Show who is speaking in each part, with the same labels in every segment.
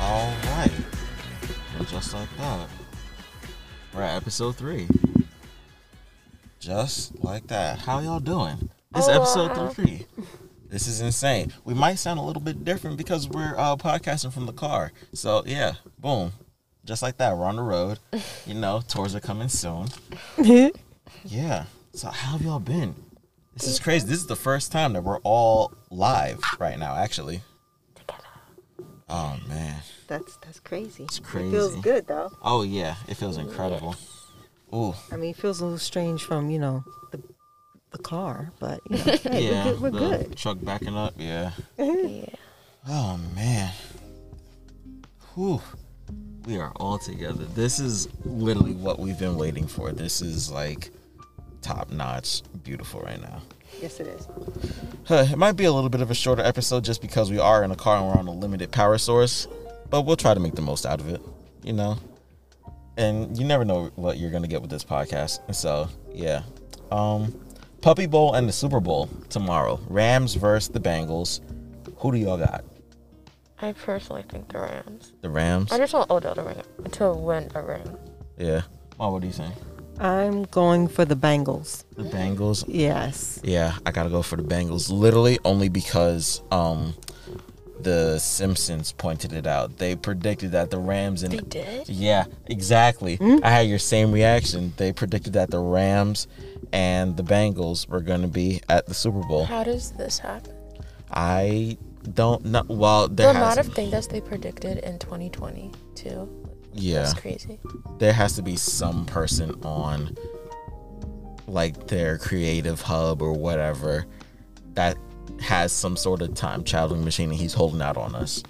Speaker 1: Alright. Well, just like that. We're at episode three. Just like that. How y'all doing? This is episode three. This is insane. We might sound a little bit different because we're uh, podcasting from the car. So yeah, boom. Just like that. We're on the road. You know, tours are coming soon. Yeah. So how have y'all been? This is crazy. This is the first time that we're all live right now, actually. Oh man.
Speaker 2: That's that's crazy.
Speaker 1: It's
Speaker 2: It feels
Speaker 1: crazy.
Speaker 2: good though.
Speaker 1: Oh yeah, it feels incredible. Ooh,
Speaker 2: I mean, it feels a little strange from you know the the car, but you know, hey,
Speaker 1: yeah,
Speaker 2: we're good. We're
Speaker 1: the
Speaker 2: good.
Speaker 1: Truck backing up, yeah.
Speaker 3: Yeah.
Speaker 1: Oh man. Whew. We are all together. This is literally what we've been waiting for. This is like top notch, beautiful right now.
Speaker 2: Yes, it is.
Speaker 1: Huh, it might be a little bit of a shorter episode just because we are in a car and we're on a limited power source, but we'll try to make the most out of it, you know. And you never know what you're gonna get with this podcast. And so, yeah. Um, Puppy Bowl and the Super Bowl tomorrow. Rams versus the Bengals. Who do y'all got?
Speaker 3: I personally think the Rams.
Speaker 1: The Rams.
Speaker 3: I just want Odell to win, to win a ring.
Speaker 1: Yeah. Mom, what do you think?
Speaker 2: I'm going for the Bengals.
Speaker 1: The Bengals.
Speaker 2: Yes.
Speaker 1: Yeah, I gotta go for the Bengals. Literally, only because um, the Simpsons pointed it out. They predicted that the Rams and
Speaker 3: did?
Speaker 1: yeah, exactly.
Speaker 3: Hmm?
Speaker 1: I had your same reaction. They predicted that the Rams and the Bengals were gonna be at the Super Bowl.
Speaker 3: How does this happen?
Speaker 1: I don't know. Well,
Speaker 3: The
Speaker 1: there has
Speaker 3: amount of things that they predicted in 2020 too.
Speaker 1: yeah,
Speaker 3: That's crazy.
Speaker 1: there has to be some person on like their creative hub or whatever that has some sort of time traveling machine and he's holding out on us.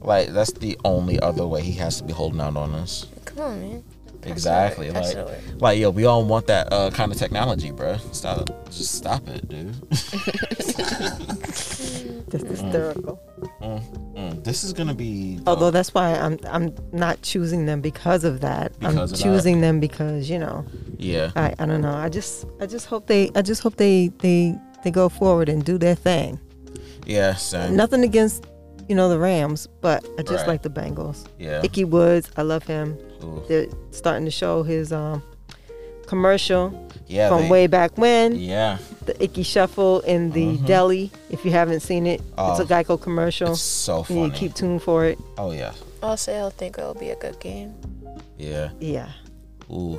Speaker 1: like that's the only other way he has to be holding out on us.
Speaker 3: Come on, man.
Speaker 1: Exactly.
Speaker 3: That's
Speaker 1: Like,
Speaker 3: so weird.
Speaker 1: like yo, we all want that uh, kind of technology, bruh. Stop. Just stop it, dude.
Speaker 2: That's hysterical.
Speaker 1: Mm, this is gonna be.
Speaker 2: Although that's why I'm I'm not choosing them because of that.
Speaker 1: Because
Speaker 2: I'm
Speaker 1: of that.
Speaker 2: choosing them because you know
Speaker 1: yeah.
Speaker 2: I I don't know. I just I just hope they I just hope they they they go forward and do their thing.
Speaker 1: Yeah. Same.
Speaker 2: Nothing against you know the Rams, but I just
Speaker 1: Right.
Speaker 2: like the Bengals.
Speaker 1: Yeah.
Speaker 2: Icky Woods, I love him.
Speaker 1: Ooh.
Speaker 2: They're starting to show his um commercial
Speaker 1: Yeah.
Speaker 2: from
Speaker 1: they-
Speaker 2: way back when,
Speaker 1: Yeah.
Speaker 2: the Icky Shuffle in the deli. If you haven't seen it, it's
Speaker 1: Mm-hmm. Oh.
Speaker 2: a Geico commercial.
Speaker 1: It's so
Speaker 2: You
Speaker 1: funny.
Speaker 2: need to keep tuned for it.
Speaker 1: oh yeah.
Speaker 3: Also, I think it'll be a good game.
Speaker 1: Yeah.
Speaker 2: Yeah.
Speaker 1: Ooh,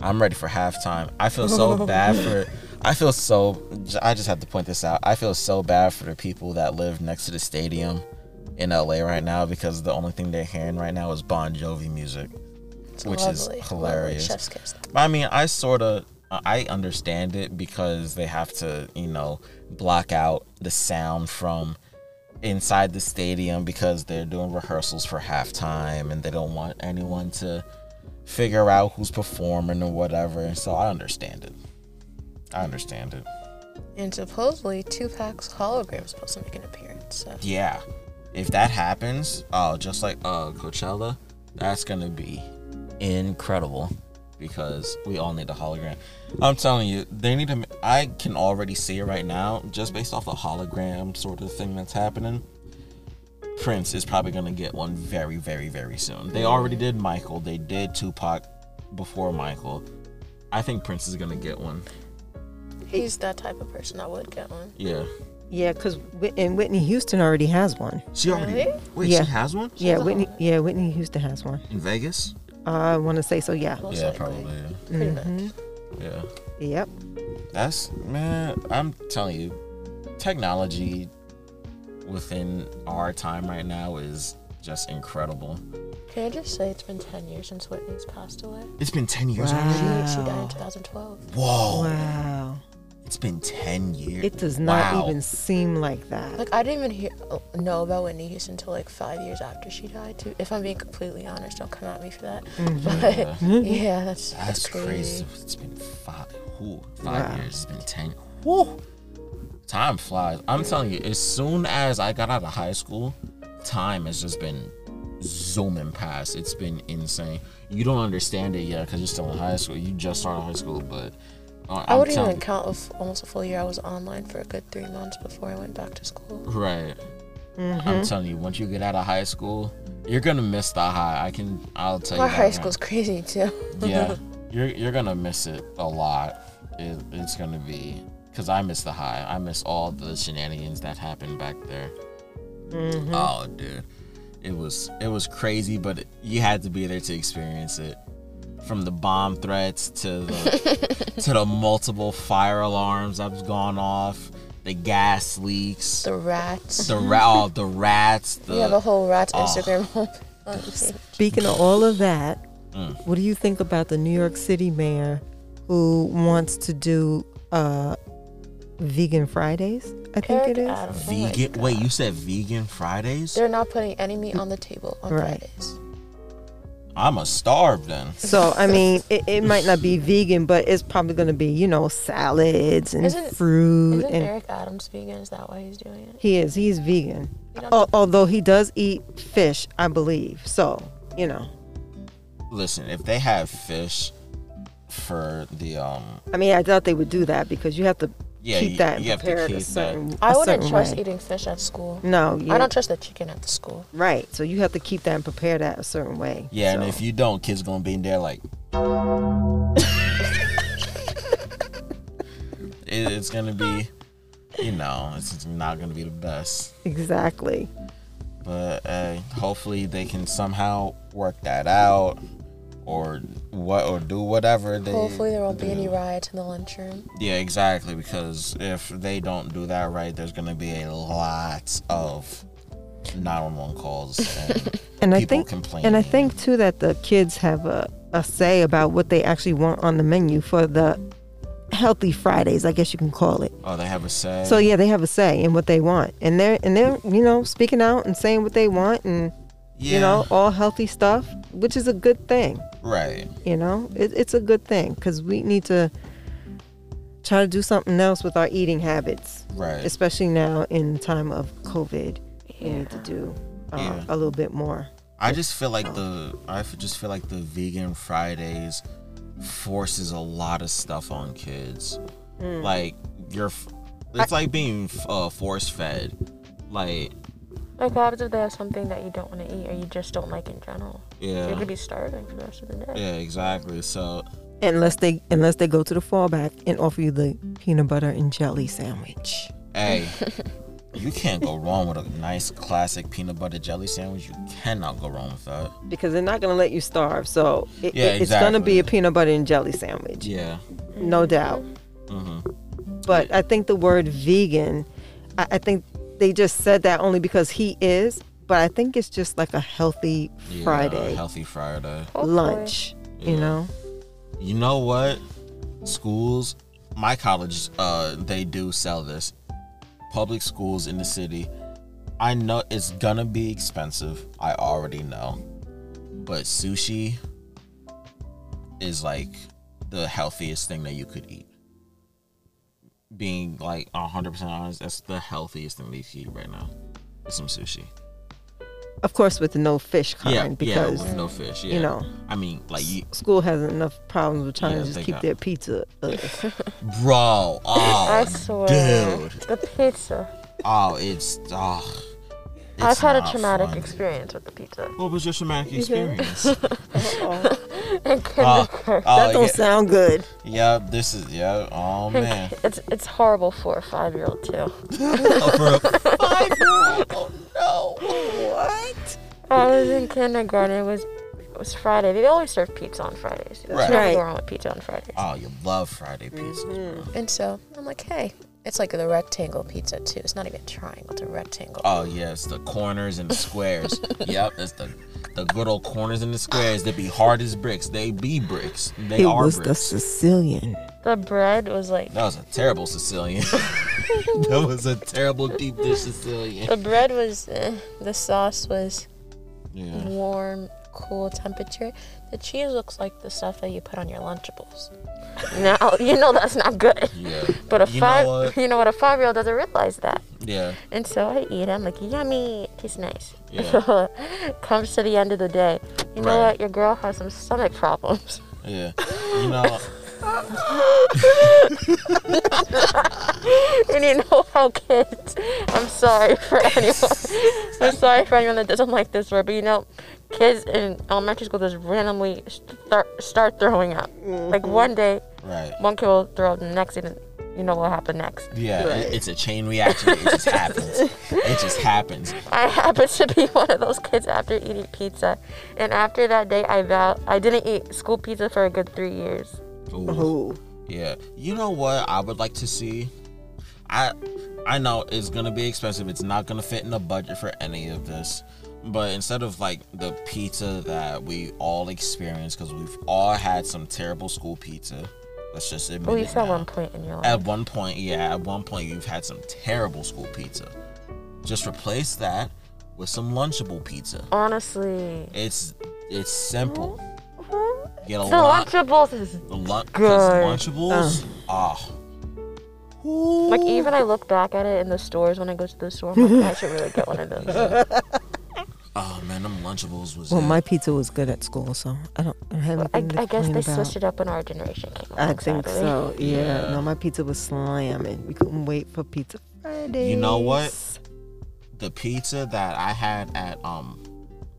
Speaker 1: I'm ready for halftime. I feel so bad for. I feel so. I just have to point this out. I feel so bad for the people that live next to the stadium in LA right now because the only thing they're hearing right now is Bon Jovi music,
Speaker 3: It's
Speaker 1: which
Speaker 3: lovely.
Speaker 1: is
Speaker 3: Lovely.
Speaker 1: hilarious.
Speaker 3: Chef's kiss.
Speaker 1: But I mean, I sort of I understand it because they have to, you know, block out the sound from inside the stadium because they're doing rehearsals for halftime and they don't want anyone to figure out who's performing or whatever. So I understand it. I understand it.
Speaker 3: And supposedly, Tupac's hologram is supposed to make an appearance. So.
Speaker 1: Yeah. If that happens, oh, just like uh Coachella, that's gonna be incredible because we all need a hologram. I'm telling you, they need to. I can already see it right now, just based off the hologram sort of thing that's happening. Prince is probably gonna get one very, very, very soon. They already did Michael. They did Tupac before Michael. I think Prince is gonna get one.
Speaker 3: He's that type of person I would get one.
Speaker 1: Yeah,
Speaker 2: Yeah, because and Whitney Houston already has one.
Speaker 1: she already.
Speaker 3: Really?
Speaker 1: Wait,
Speaker 2: Yeah.
Speaker 1: she has one
Speaker 2: Yeah, Whitney. Yeah, Whitney Houston has one.
Speaker 1: in Vegas.
Speaker 2: I want to say so. Yeah.
Speaker 3: Most
Speaker 1: yeah,
Speaker 3: likely.
Speaker 1: probably.
Speaker 3: Pretty much.
Speaker 1: Yeah. yeah.
Speaker 2: Yep.
Speaker 1: That's man, I'm telling you, technology within our time right now is just incredible.
Speaker 3: Can I just say it's been 10 years since Whitney's passed away?
Speaker 1: It's been ten years
Speaker 2: Wow.
Speaker 1: already.
Speaker 3: She died
Speaker 2: Wow.
Speaker 3: in 2012.
Speaker 1: Whoa.
Speaker 2: Wow.
Speaker 1: It's been ten years.
Speaker 2: It does not
Speaker 1: Wow.
Speaker 2: even seem like that.
Speaker 3: Like, I didn't even hear, oh, know about Whitney Houston until like five years after she died, too. If I'm being completely honest, don't come at me for that.
Speaker 2: Mm-hmm.
Speaker 3: But yeah, that's, that's,
Speaker 1: That's
Speaker 3: crazy.
Speaker 1: crazy. It's been five whew, five
Speaker 2: Wow.
Speaker 1: years. It's been ten. Whew. Time flies. I'm telling you, as soon as I got out of high school, time has just been zooming past. It's been insane. You don't understand it yet because you're still in high school. You just started high school, but uh,
Speaker 3: I
Speaker 1: I'm
Speaker 3: wouldn't
Speaker 1: telling
Speaker 3: even count Mm-hmm. of almost a full year. I was online for a good three months before I went back to school.
Speaker 1: Right. I'm telling you, once you get out of high school, you're gonna miss the high. I can. I'll tell
Speaker 3: Our
Speaker 1: you. that
Speaker 3: high
Speaker 1: right
Speaker 3: school's crazy too.
Speaker 1: yeah, you're you're gonna miss it a lot. It, it's gonna be because I miss the high. I miss all the shenanigans that happened back there. Oh, dude, it was it was crazy, but you had to be there to experience it. From the bomb threats to the to the multiple fire alarms that's gone off, the gas leaks, the,
Speaker 3: The rats.
Speaker 1: ra- oh, the rats, the
Speaker 3: yeah, the whole rats Instagram.
Speaker 2: Speaking of all of that,
Speaker 1: Mm.
Speaker 2: what do you think about the New York City mayor who wants to do uh, vegan Fridays? I think
Speaker 3: Eric
Speaker 2: it is.
Speaker 3: Adams. Oh my
Speaker 1: vegan.
Speaker 3: God.
Speaker 1: wait, you said vegan Fridays?
Speaker 3: They're not putting any meat on the table on
Speaker 2: Right.
Speaker 3: Fridays.
Speaker 1: I'm a starve then.
Speaker 2: So I mean, it, it might not be vegan, but it's probably going to be you know salads and
Speaker 3: Isn't-
Speaker 2: fruit
Speaker 3: Isn't
Speaker 2: and
Speaker 3: Eric Adams vegan? Is that why he's doing it?
Speaker 2: he is he's vegan.
Speaker 3: You don't-
Speaker 2: Al- although he does eat fish, I believe. So you know,
Speaker 1: listen, if they have fish for the um
Speaker 2: I mean, I doubt they would do that because you have to
Speaker 1: yeah,
Speaker 2: keep
Speaker 1: you,
Speaker 2: that and
Speaker 1: you have
Speaker 2: prepare
Speaker 1: to
Speaker 2: it
Speaker 1: keep
Speaker 2: a certain.
Speaker 1: that.
Speaker 2: I
Speaker 3: I wouldn't trust eating fish at school.
Speaker 2: No, you,
Speaker 3: I don't trust the chicken at the school.
Speaker 2: Right. So you have to keep that and prepare that a certain way.
Speaker 1: Yeah, and
Speaker 2: So-
Speaker 1: if you don't, kids gonna be in there like It- it's gonna be you know, it's not gonna be the best.
Speaker 2: exactly.
Speaker 1: But uh, hopefully they can somehow work that out or what or do whatever they
Speaker 3: Hopefully, there won't be
Speaker 1: do.
Speaker 3: any riots in the lunchroom.
Speaker 1: Yeah, exactly. Because if they don't do that right, there's going to be a lot of 911 calls. And
Speaker 2: And I
Speaker 1: people
Speaker 2: think
Speaker 1: complaining.
Speaker 2: and I think too that the kids have a, a say about what they actually want on the menu for the healthy Fridays, I guess you can call it.
Speaker 1: oh, they have a say.
Speaker 2: So yeah, they have a say in what they want. And they're and they're, you know, speaking out and saying what they want and
Speaker 1: Yeah,
Speaker 2: you know, all healthy stuff, which is a good thing.
Speaker 1: right.
Speaker 2: You know, it, it's a good thing because we need to try to do something else with our eating habits,
Speaker 1: Right.
Speaker 2: especially now in time of COVID. We need to do uh,
Speaker 1: Yeah.
Speaker 2: a little bit more.
Speaker 1: I just feel like the I f- just feel like the vegan Fridays forces a lot of stuff on kids.
Speaker 2: Mm.
Speaker 1: Like you're, f- it's like being f- uh, force fed. Like
Speaker 3: Like, what happens if they have something that you don't want to eat or you just don't like in general? You're
Speaker 1: yeah,
Speaker 3: gonna be starving for the rest of the day.
Speaker 1: yeah, exactly. So
Speaker 2: Unless they unless they go to the fallback and offer you the peanut butter and jelly sandwich.
Speaker 1: Hey, you can't go wrong with a nice classic peanut butter jelly sandwich. You cannot go wrong with that.
Speaker 2: Because they're not gonna let you starve, so it,
Speaker 1: Yeah,
Speaker 2: it- it's gonna
Speaker 1: exactly.
Speaker 2: be a peanut butter and jelly sandwich,
Speaker 1: Yeah.
Speaker 2: no doubt.
Speaker 1: hmm
Speaker 2: But I think the word vegan, I, I think they just said that only because he is. But I think it's just like a healthy
Speaker 1: Yeah,
Speaker 2: Friday
Speaker 1: Healthy Friday.
Speaker 3: Hopefully.
Speaker 2: lunch, you
Speaker 1: Yeah.
Speaker 2: know?
Speaker 1: You know what? Schools, my college, uh, they do sell this. Public schools in the city. I know it's gonna be expensive. I already know. But sushi is like the healthiest thing that you could eat. Being like 100% honest, that's the healthiest thing that you can eat right now. Is some sushi.
Speaker 2: Of course, with the no fish kind
Speaker 1: yeah,
Speaker 2: because
Speaker 1: yeah, with no fish. Yeah.
Speaker 2: you know.
Speaker 1: I mean, like you,
Speaker 2: school has enough problems with trying
Speaker 1: Yeah,
Speaker 2: to just
Speaker 1: they
Speaker 2: keep
Speaker 1: got-
Speaker 2: their pizza. uh,
Speaker 1: bro.
Speaker 3: I
Speaker 1: Oh,
Speaker 3: swear.
Speaker 1: dude.
Speaker 3: The pizza.
Speaker 1: Oh, it's oh.
Speaker 3: I've
Speaker 1: it's
Speaker 3: had a
Speaker 1: not
Speaker 3: traumatic
Speaker 1: fun.
Speaker 3: experience with the pizza.
Speaker 1: What was your traumatic experience?
Speaker 3: In
Speaker 1: Oh,
Speaker 3: kindergarten.
Speaker 2: that
Speaker 1: oh,
Speaker 2: don't
Speaker 1: yeah,
Speaker 2: sound good.
Speaker 1: yeah, this is yeah. Oh man,
Speaker 3: It's it's horrible for a five year old too.
Speaker 1: oh, for a five-year-old, oh, no, what?
Speaker 3: I was in kindergarten. It was it was Friday. They always serve pizza on Fridays. There's
Speaker 1: Right.
Speaker 3: never
Speaker 2: Right.
Speaker 3: go wrong with pizza on Fridays.
Speaker 1: Oh, you love Friday pizza.
Speaker 3: And so I'm like, hey, it's like the rectangle pizza too. It's not even a triangle. It's a rectangle.
Speaker 1: Oh yeah, it's the corners and the squares. yep, it's the the good old corners and the squares. They be hard as bricks. They be bricks. They
Speaker 2: it
Speaker 1: are
Speaker 2: was the
Speaker 1: bricks.
Speaker 2: Sicilian.
Speaker 3: The bread was like
Speaker 1: that was a terrible Sicilian. that was a terrible deep dish Sicilian.
Speaker 3: the bread was eh, the sauce was
Speaker 1: Yeah.
Speaker 3: warm, cool temperature. The cheese looks like the stuff that you put on your Lunchables. now you know that's not good.
Speaker 1: Yeah.
Speaker 3: But a
Speaker 1: You know
Speaker 3: five,
Speaker 1: what?
Speaker 3: you know what? A five-year-old doesn't realize that.
Speaker 1: Yeah.
Speaker 3: And so I eat. it. I'm like, yummy, it tastes nice.
Speaker 1: Yeah.
Speaker 3: Comes to the end of the day, you know
Speaker 1: Right.
Speaker 3: what? Your girl has some stomach problems.
Speaker 1: Yeah. You know,
Speaker 3: we need to help our kids. I'm sorry for anyone. I'm sorry for anyone that doesn't like this word, but you know, kids in elementary school just randomly start start throwing up.
Speaker 1: Mm-hmm.
Speaker 3: Like one day,
Speaker 1: Right.
Speaker 3: one kid will throw up, the next, and you know what happened next.
Speaker 1: Yeah, it- it's a chain reaction. It just happens. It just happens.
Speaker 3: I happened to be one of those kids after eating pizza, and after that day, I vowed I didn't eat school pizza for a good three years.
Speaker 1: Ooh.
Speaker 3: Uh-huh.
Speaker 2: Ooh.
Speaker 1: Yeah. You know what I would like to see? I I know it's gonna be expensive. It's not gonna fit in the budget for any of this. But instead of like the pizza that we all experience, because we've all had some terrible school pizza. Let's just admit
Speaker 3: At
Speaker 1: it.
Speaker 3: least at
Speaker 1: now.
Speaker 3: one point in your life.
Speaker 1: At one point, yeah, at one point you've had some terrible school pizza. Just replace that with some lunchable pizza.
Speaker 3: Honestly,
Speaker 1: It's it's simple. Get a
Speaker 3: the
Speaker 1: lot
Speaker 3: Lunchables is
Speaker 1: the lun- 'cause
Speaker 3: Good.
Speaker 1: Lunchables. Ah.
Speaker 3: like even I look back at it in the stores when I go to the store. I'm like, I should really get one of those.
Speaker 1: Oh man, them Lunchables was.
Speaker 2: Well,
Speaker 1: it.
Speaker 2: my pizza was good at school, so I don't I have
Speaker 3: I,
Speaker 2: anything to
Speaker 3: I guess
Speaker 2: complain
Speaker 3: they
Speaker 2: about.
Speaker 3: switched it up when our generation came.
Speaker 2: I
Speaker 3: along,
Speaker 2: think
Speaker 3: sadly.
Speaker 2: so. Yeah.
Speaker 1: Yeah.
Speaker 2: No, my pizza was slamming. We couldn't wait for pizza Friday.
Speaker 1: you know what? The pizza that I had at um,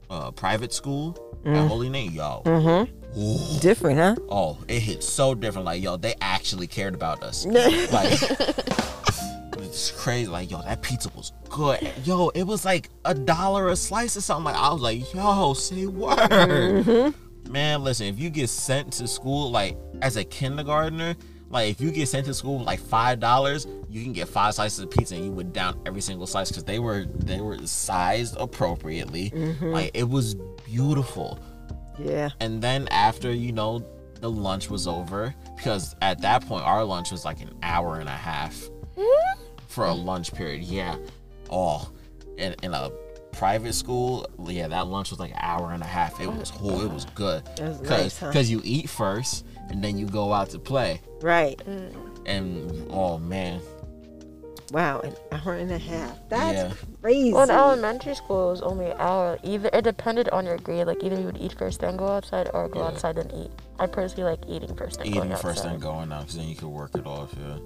Speaker 1: uh, private school at Holy Name, yo. Mm-hmm.
Speaker 2: Different, huh?
Speaker 1: Oh, it hit so different. Like, yo, they actually cared about us. like, it's crazy. Like, yo, that pizza was good. Yo, it was like a dollar a slice or something. Like, I was like, yo, say word. Man, listen, if you get sent to school, like, as a kindergartner, like, if you get sent to school with like five dollars, you can get five slices of pizza, and you would down every single slice because they were they were sized appropriately. Like, it was beautiful.
Speaker 2: Yeah.
Speaker 1: And then after, you know, the lunch was over, because at that point our lunch was like an hour and a half for a lunch period. Yeah. Oh. In in a private school, yeah, that lunch was like an hour and a half. It was cool. It was good.
Speaker 2: That's
Speaker 1: Cause,
Speaker 2: nice, huh?
Speaker 1: 'cause you eat first and then you go out to play.
Speaker 2: Right.
Speaker 1: And oh man.
Speaker 2: Wow. An hour and a half.
Speaker 1: Yeah.
Speaker 2: That's crazy.
Speaker 3: Well, in elementary school, it was only an hour. Either it depended on your grade. Like either you would eat first, then go outside, or go outside then eat. I personally like eating first and going
Speaker 1: eating
Speaker 3: outside.
Speaker 1: first and going out because then you could work it off yeah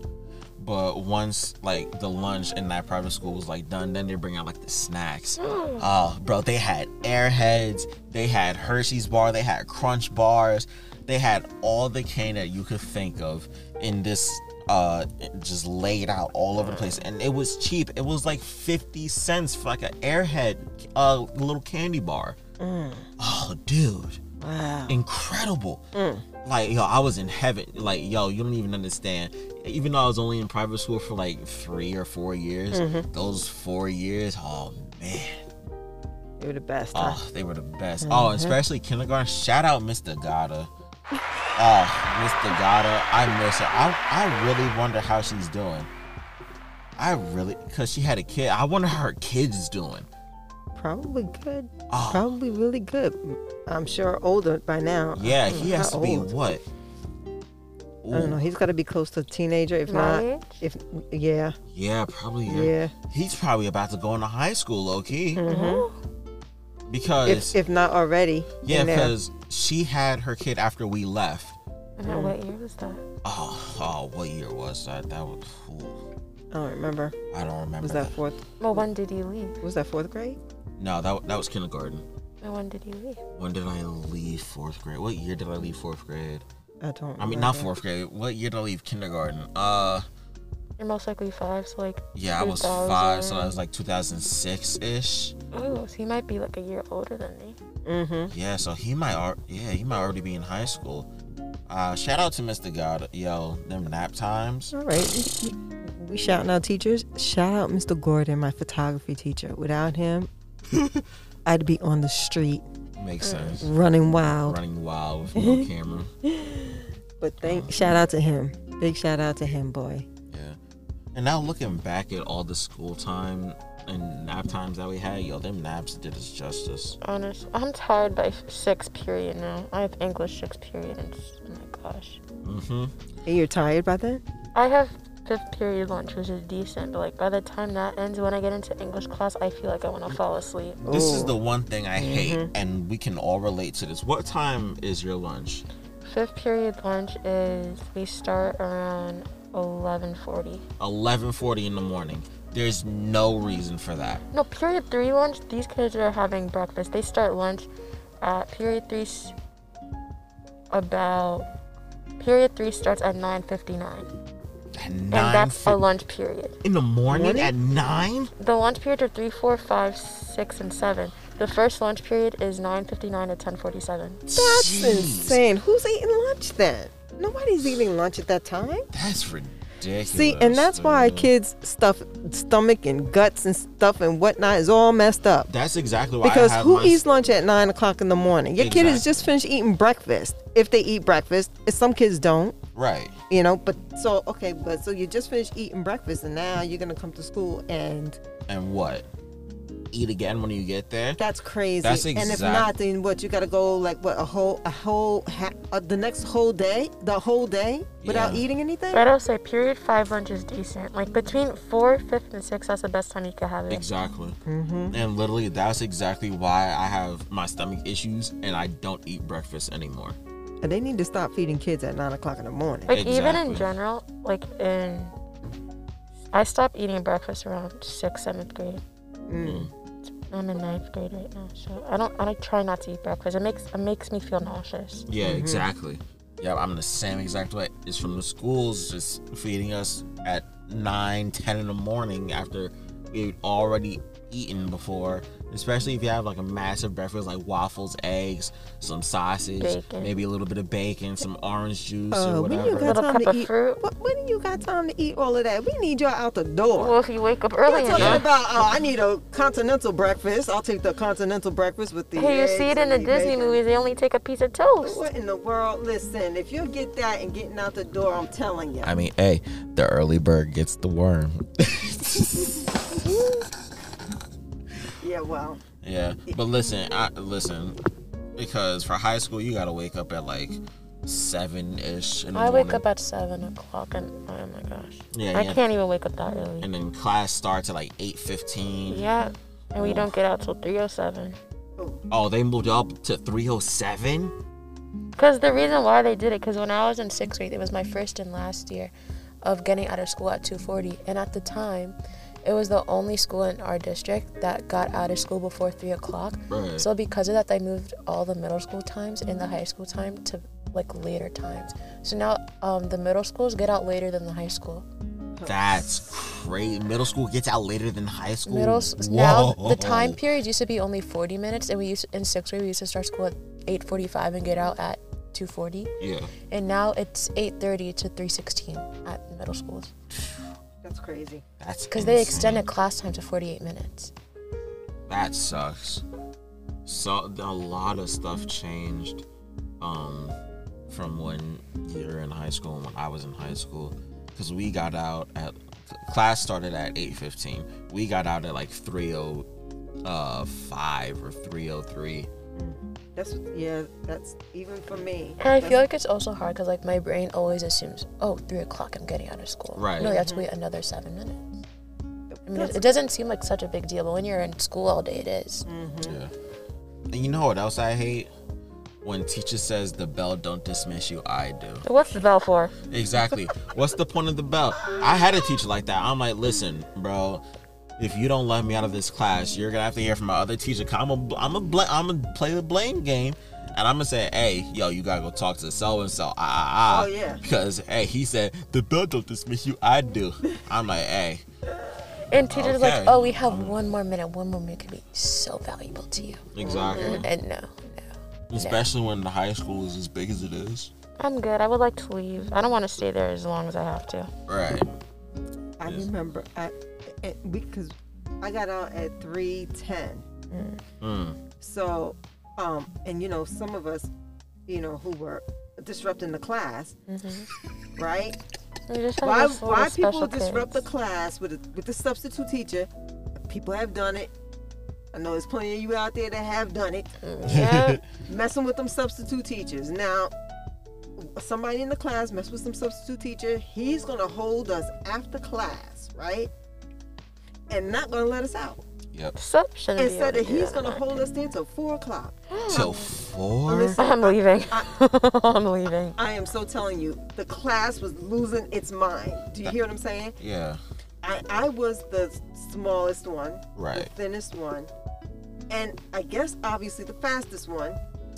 Speaker 1: but once like the lunch in that private school was like done then they bring out like the snacks oh bro they had airheads they had hershey's bar they had crunch bars they had all the candy that you could think of in this uh just laid out all over the place and it was cheap it was like 50 cents for like an airhead uh little candy bar oh dude
Speaker 2: wow.
Speaker 1: incredible.
Speaker 2: Mm.
Speaker 1: Like yo, I was in heaven. Like yo, you don't even understand. Even though I was only in private school for like three or four years,
Speaker 2: Mm-hmm.
Speaker 1: those four years, oh man,
Speaker 2: They were the best. huh?
Speaker 1: oh they were the best. Oh,
Speaker 2: Mm-hmm.
Speaker 1: especially kindergarten. Shout out Mr. Gada. Oh, Mr. Gada, I miss her. I I really wonder how she's doing. I really, cause she had a kid. I wonder how her kid's doing.
Speaker 2: Probably good.
Speaker 1: Oh.
Speaker 2: Probably really good. I'm sure older by now.
Speaker 1: Yeah, he
Speaker 2: Mm, How
Speaker 1: has to be
Speaker 2: old?
Speaker 1: what?
Speaker 2: I don't know.
Speaker 1: Ooh,
Speaker 2: He's got to be close to teenager, if
Speaker 3: My
Speaker 2: not, if yeah,
Speaker 1: Yeah, probably. your-
Speaker 2: yeah. Mm-hmm.
Speaker 1: He's probably about to go into high school, low key.
Speaker 2: If
Speaker 1: Because
Speaker 2: if not already.
Speaker 1: yeah,
Speaker 2: in there.
Speaker 1: because she had her kid after we left.
Speaker 3: I don't know, what year was that?
Speaker 1: Oh, oh, what year was that? That was. ooh,
Speaker 2: I don't remember.
Speaker 1: I don't remember.
Speaker 2: Was that fourth?
Speaker 3: Well, when did you leave?
Speaker 2: Was that fourth grade?
Speaker 1: No, that that was kindergarten.
Speaker 3: Well, when did you leave?
Speaker 1: When did I leave fourth grade? What year did I leave fourth grade?
Speaker 2: I don't.
Speaker 1: I mean,
Speaker 2: remember.
Speaker 1: not fourth grade. What year did I leave kindergarten? Uh,
Speaker 3: You're most likely five, so like.
Speaker 1: yeah, I was five, so I was like 2006 ish.
Speaker 3: Oh, so he might be like a year older than me.
Speaker 2: Mm-hmm.
Speaker 1: Yeah, so he might, al- yeah, he might already be in high school. Uh, shout out to Mr. God, yo, them nap times.
Speaker 2: All right. We- we- We shouting out teachers. Shout out Mr. Gordon, my photography teacher. Without him, I'd be on the street
Speaker 3: Mm.
Speaker 1: Makes sense.
Speaker 2: running wild.
Speaker 1: Running wild with no camera.
Speaker 2: But thank shout out to him. Big shout out to him, boy.
Speaker 1: Yeah. And now looking back at all the school time and nap times that we had, yo, them naps did us justice.
Speaker 3: Honest, I'm tired by sixth period now. I have English sixth period, and it's- oh my gosh,
Speaker 1: Mm-hmm.
Speaker 2: And you're tired by then?
Speaker 3: I have fifth period lunch, which is decent. But like by the time that ends, when I get into English class, I feel like I want to fall asleep. Mm-hmm.
Speaker 1: This is the one thing I hate, and we can all relate to this. What time is your lunch?
Speaker 3: Fifth period lunch is we start around 11:40.
Speaker 1: 11:40 in the morning. There's no reason for that.
Speaker 3: No, period three lunch. These kids are having breakfast. They start lunch at period three. s- About period three starts at 9:59,
Speaker 1: At
Speaker 3: and
Speaker 1: nine
Speaker 3: that's a
Speaker 1: fif-
Speaker 3: lunch period.
Speaker 1: in the morning,
Speaker 2: Morning?
Speaker 1: at nine.
Speaker 3: The lunch periods are three, four, five, six, and seven. The first lunch period is 9:59 to 10:47.
Speaker 2: That's
Speaker 1: Jeez,
Speaker 2: insane. Who's eating lunch then? Nobody's eating lunch at that time.
Speaker 1: That's ridiculous.
Speaker 2: See, and that's why
Speaker 1: dude.
Speaker 2: kids' stuff, stomach and guts and stuff and whatnot is all messed up.
Speaker 1: That's exactly why.
Speaker 2: Because
Speaker 1: I have
Speaker 2: who
Speaker 1: my-
Speaker 2: eats lunch at nine o'clock in the morning? Your kid has
Speaker 1: Exactly.
Speaker 2: just finished eating breakfast. If they eat breakfast, if some kids don't,
Speaker 1: Right.
Speaker 2: you know. But so okay, but so you just finished eating breakfast, and now you're gonna come to school, and
Speaker 1: And what? Eat again when you get there.
Speaker 2: that's crazy.
Speaker 1: That's
Speaker 2: And if
Speaker 1: exact-
Speaker 2: not, then what? You gotta go like what a whole a whole ha- uh, the next whole day, the whole day without
Speaker 1: Yeah.
Speaker 2: eating anything.
Speaker 3: But I'll say period five lunch is decent. Like between four, fifth, and six, that's the best time you can have it.
Speaker 1: Exactly.
Speaker 2: Mm-hmm.
Speaker 1: And literally, that's exactly why I have my stomach issues and I don't eat breakfast anymore.
Speaker 2: And they need to stop feeding kids at nine o'clock in the morning.
Speaker 3: Like even
Speaker 1: Exactly.
Speaker 3: in general, like in, I stopped eating breakfast around sixth, seventh grade.
Speaker 1: Mm.
Speaker 3: I'm in ninth grade right now, so I don't. I don't try not to eat breakfast. It makes it makes me feel nauseous.
Speaker 1: Yeah, exactly. Yeah, I'm the same exact way. It's from the schools just feeding us at 9, 10 in the morning after we've already eaten before. Especially if you have like a massive breakfast, like waffles, eggs, some sausage,
Speaker 3: Bacon. Oh,
Speaker 1: maybe a little bit of bacon, some orange juice,
Speaker 2: Uh,
Speaker 1: or
Speaker 2: when you
Speaker 1: whatever.
Speaker 2: got
Speaker 3: Little
Speaker 2: time
Speaker 3: cup
Speaker 2: to
Speaker 3: of
Speaker 2: eat?
Speaker 3: fruit.
Speaker 2: What, when you got time to eat all of that? We need y'all out the door.
Speaker 3: Well, if you wake up
Speaker 2: We're
Speaker 3: early
Speaker 2: talking
Speaker 3: enough.
Speaker 2: about oh, I need a continental breakfast. I'll take the continental breakfast with the.
Speaker 3: Hey, you
Speaker 2: eggs
Speaker 3: see it in
Speaker 2: and
Speaker 3: the Disney
Speaker 2: bacon.
Speaker 3: movies. They only take a piece of toast.
Speaker 2: What in the world? Listen, if you get that and getting out the door, I'm telling you.
Speaker 1: I mean, hey, the early bird gets the worm.
Speaker 2: Yeah, well,
Speaker 1: Yeah, but listen, I, listen, because for high school you gotta wake up at like seven ish in the
Speaker 3: I
Speaker 1: morning,
Speaker 3: wake up at seven o'clock, and oh my gosh,
Speaker 1: Yeah,
Speaker 3: I
Speaker 1: yeah.
Speaker 3: can't even wake up that early.
Speaker 1: and then class starts at like eight fifteen.
Speaker 3: Yeah, and we don't get out till three o seven.
Speaker 1: Oh, they moved up to three oh seven.
Speaker 3: Because the reason why they did it, because when I was in sixth grade, it was my first and last year of getting out of school at 2:40, and at the time, it was the only school in our district that got out of school before three o'clock.
Speaker 1: Right.
Speaker 3: So because of that, they moved all the middle school times and the high school time to like later times. So now um, the middle schools get out later than the high school.
Speaker 1: That's crazy. Middle school gets out later than high school.
Speaker 3: Middle s now the time period used to be only 40 minutes, and we used in sixth grade we used to start school at 8:45 and get out at 2:40.
Speaker 1: Yeah,
Speaker 3: and now it's 8.30 to 3.16 at middle schools
Speaker 2: that's crazy.
Speaker 1: that's
Speaker 3: because they
Speaker 1: insane.
Speaker 3: extended class time to 48 minutes
Speaker 1: That sucks. So a lot of stuff changed um, from when you were in high school and when I was in high school because we got out at class started at eight fifteen. We got out at like three oh five or three oh three.
Speaker 2: That's yeah, that's even for me.
Speaker 3: and i feel like it's also hard because like my brain always assumes oh 3 o'clock i'm getting out of school
Speaker 1: Right.
Speaker 3: no you have to wait another 7 minutes i mean it, it doesn't seem like such a big deal but when you're in school all day it is.
Speaker 1: Yeah. And you know what else I hate? When teacher says the bell don't dismiss you, I do.
Speaker 3: what's the bell for
Speaker 1: Exactly. What's the point of the bell? I had a teacher like that. I'm like, listen, bro, if you don't let me out of this class, you're gonna have to hear from my other teacher. i I'm a, I'm a, bl- I'm gonna play the blame game, and I'm gonna say, hey, yo, you gotta go talk to so and so. Ah, ah, ah.
Speaker 2: Oh, yeah.
Speaker 1: Because hey, he said the bell don't dismiss you. I do. I'm like, hey,
Speaker 3: and teachers
Speaker 1: Okay.
Speaker 3: like oh we have one more minute one more minute could be so valuable to you
Speaker 1: exactly.
Speaker 3: and no no
Speaker 1: Especially when the high school is as big as it is.
Speaker 3: i'm good i would like to leave i don't want to stay there as long as i have to
Speaker 1: Right.
Speaker 2: I remember I it, because I got out at three ten.
Speaker 3: Mm.
Speaker 2: So, um, and you know, some of us, you know, who were disrupting the class,
Speaker 3: Mm-hmm.
Speaker 2: right?
Speaker 3: We just have
Speaker 2: why
Speaker 3: this little
Speaker 2: why people
Speaker 3: special kids.
Speaker 2: disrupt the class with a, with the substitute teacher? People have done it. I know there's plenty of you out there that have done it,
Speaker 3: yeah
Speaker 2: messing with them substitute teachers. Now, somebody in the class messed with some substitute teacher. He's gonna hold us after class, right? And not gonna let us out.
Speaker 1: Yep.
Speaker 3: Sub shouldn't
Speaker 2: and
Speaker 3: be
Speaker 2: said
Speaker 3: able to
Speaker 2: that
Speaker 3: do
Speaker 2: he's
Speaker 3: that.
Speaker 2: gonna hold us there till four o'clock.
Speaker 1: Till four.
Speaker 2: Listen,
Speaker 3: I'm leaving. I'm leaving.
Speaker 2: I am so telling you, the class was losing its mind. Do you hear what I'm saying?
Speaker 1: Yeah.
Speaker 2: I, I was the smallest one, the
Speaker 1: Right.
Speaker 2: thinnest one, and I guess obviously the fastest one.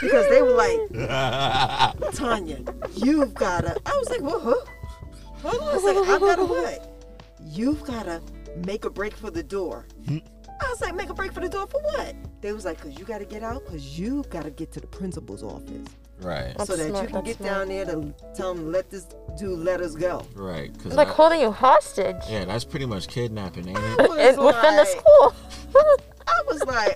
Speaker 2: Because they were like, Tanya, you've gotta. I was like, well, huh? Hold on a second. I've gotta what? You've gotta make a break for the door. I was like, make a break for the door for what? They was like, cause you gotta get out, cause you gotta get to the principal's office.
Speaker 1: Right.
Speaker 3: That's
Speaker 2: so that
Speaker 3: smart,
Speaker 2: you can
Speaker 3: that's
Speaker 2: get
Speaker 3: smart.
Speaker 2: down there to tell them let this dude let us go.
Speaker 1: Right. Cause
Speaker 3: It's like
Speaker 1: that-
Speaker 3: holding you hostage
Speaker 1: yeah, that's pretty much kidnapping, ain't it?
Speaker 2: I was
Speaker 3: in, within the
Speaker 2: like-
Speaker 3: school.
Speaker 2: I was like,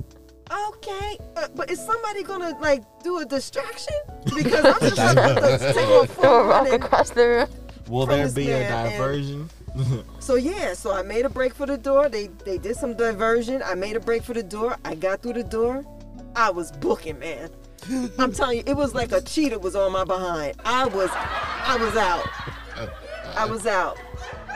Speaker 2: okay, uh, but is somebody gonna like do a distraction? Because I'm just trying to take
Speaker 3: Throw a
Speaker 2: off for
Speaker 3: rock
Speaker 2: running.
Speaker 3: across the room.
Speaker 1: Will
Speaker 2: From
Speaker 1: there
Speaker 2: this
Speaker 1: be a
Speaker 2: man and-
Speaker 1: diversion?
Speaker 2: So yeah, so I made a break for the door. They they did some diversion. I made a break for the door. I got through the door. I was booking, man. I'm telling you, it was like a cheetah was on my behind. I was, I was out. I was out.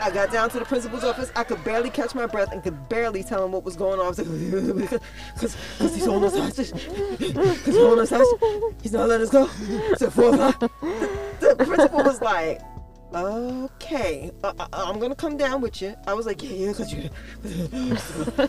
Speaker 2: I got down to the principal's office. I could barely catch my breath and could barely tell him what was going on. I was like, because he's on us hostage. Because he's on us hostage. He's not letting us go. It's at four o'clock. The principal was like, okay, uh, uh, I'm going to come down with you. I was like, yeah, yeah, because you.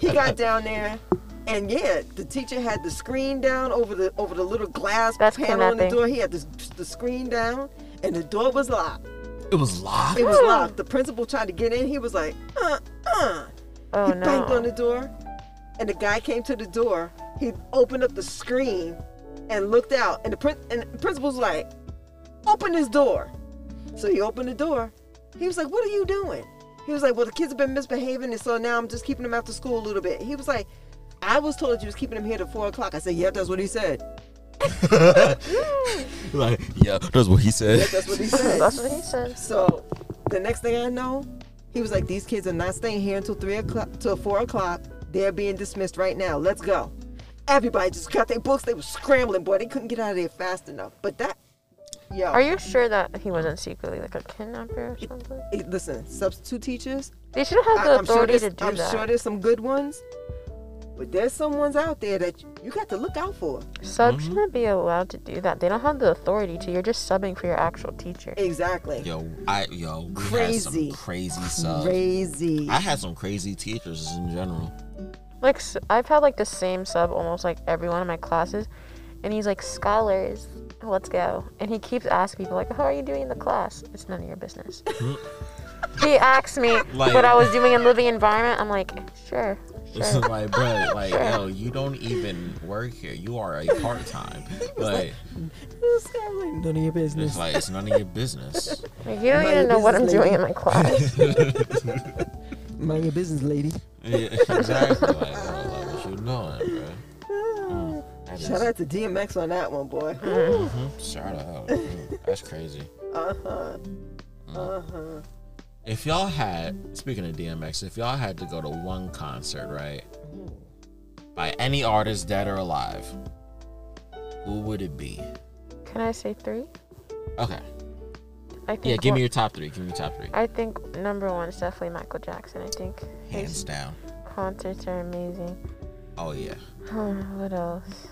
Speaker 2: he got down there. And yeah, the teacher had the screen down over the over the little glass
Speaker 3: That's
Speaker 2: panel on the
Speaker 3: kidnapping.
Speaker 2: door. He had the, the screen down, and the door was locked.
Speaker 1: It was locked.
Speaker 2: It was locked. The principal tried to get in. He was like, uh, uh.
Speaker 3: Oh
Speaker 2: he banged
Speaker 3: no.
Speaker 2: on the door, and the guy came to the door. He opened up the screen and looked out, and the, prin- and the principal's like, open this door. So he opened the door. He was like, what are you doing? He was like, well, the kids have been misbehaving, and so now I'm just keeping them after school a little bit. He was like, I was told you was keeping them here till four o'clock. I said, yep, that's what he said.
Speaker 1: like, yeah, that's what he said.
Speaker 2: That's what he said.
Speaker 3: That's what he says.
Speaker 2: So the next thing I know, he was like, "These kids are not staying here until three o'clock, till four o'clock. They're being dismissed right now. Let's go." Everybody just got their books. They were scrambling, boy. They couldn't get out of there fast enough. But that, yo,
Speaker 3: Are you sure that he wasn't secretly like a kidnapper or something?
Speaker 2: eh, listen, substitute teachers.
Speaker 3: They should have
Speaker 2: I,
Speaker 3: the
Speaker 2: am sure
Speaker 3: authority
Speaker 2: there's,
Speaker 3: to do
Speaker 2: I'm
Speaker 3: that.
Speaker 2: sure there's some good ones, but there's some ones out there that you, you got to look out for.
Speaker 3: Sub shouldn't be allowed to do that. They don't have the authority to. You're just subbing for your actual teacher.
Speaker 2: Exactly.
Speaker 1: Yo, I yo, we
Speaker 2: Crazy.
Speaker 1: had some crazy subs.
Speaker 2: Crazy.
Speaker 1: I had some crazy teachers in general.
Speaker 3: Like s- I've had like the same sub almost like every one of my classes, and he's like scholars, let's go. And he keeps asking people like, how are you doing in the class? It's none of your business. he asked me
Speaker 1: Like-
Speaker 3: what I was doing in living environment. I'm like, sure,
Speaker 1: It's
Speaker 3: sure.
Speaker 1: like, bro, like, yo, you don't even work here. You are a part time. Like,
Speaker 2: It's kinda like None of your business.
Speaker 1: it's like it's none of your business.
Speaker 3: Like, you don't
Speaker 2: Mind
Speaker 3: even
Speaker 2: your
Speaker 3: know what I'm
Speaker 2: business,
Speaker 3: doing
Speaker 2: lady.
Speaker 3: in my class.
Speaker 2: Mind your business, lady.
Speaker 1: Yeah, exactly. Like, yo, like, what you doing, bro? Mm, that
Speaker 2: Ah, Shout
Speaker 1: is-
Speaker 2: out to DMX on that one, boy.
Speaker 1: Mhm, Shout out. Mm, That's crazy.
Speaker 2: Uh huh.
Speaker 1: Uh-huh.
Speaker 2: Uh huh.
Speaker 1: If y'all had, speaking of DMX, if y'all had to go to one concert, right, by any artist dead or alive, who would it be?
Speaker 3: Can I say three?
Speaker 1: Okay.
Speaker 3: I think.
Speaker 1: Yeah, give
Speaker 3: one-
Speaker 1: me your top three. Give me your top three.
Speaker 3: I think number one is definitely Michael Jackson. I think
Speaker 1: Hands
Speaker 3: his
Speaker 1: down.
Speaker 3: concerts are amazing.
Speaker 1: Oh, yeah.
Speaker 3: what else?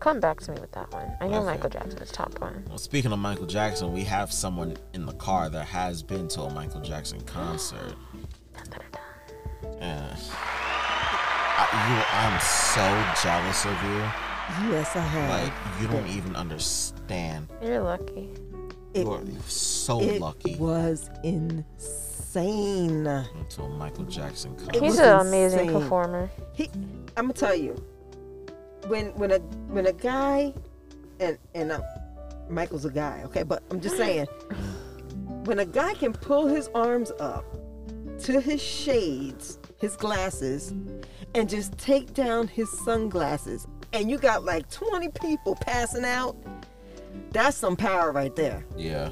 Speaker 3: Come back to me with that one. I know
Speaker 1: Okay.
Speaker 3: Michael Jackson is top one.
Speaker 1: Well, speaking of Michael Jackson, we have someone in the car that has been to a Michael Jackson concert. Yeah. I, you, I'm so jealous of you.
Speaker 2: Yes, I have.
Speaker 1: Like, you don't even understand.
Speaker 3: You're lucky.
Speaker 2: it
Speaker 1: You are so
Speaker 2: it
Speaker 1: lucky.
Speaker 2: was insane.
Speaker 1: to a Michael Jackson
Speaker 2: It
Speaker 1: concert.
Speaker 3: He's
Speaker 2: was
Speaker 3: an amazing
Speaker 2: insane.
Speaker 3: performer.
Speaker 2: He, I'm gonna tell you, when when a when a guy, and and uh, Michael's a guy, okay, but I'm just saying, when a guy can pull his arms up to his shades, his glasses, and just take down his sunglasses, and you got like 20 people passing out, that's some power right there.
Speaker 1: Yeah.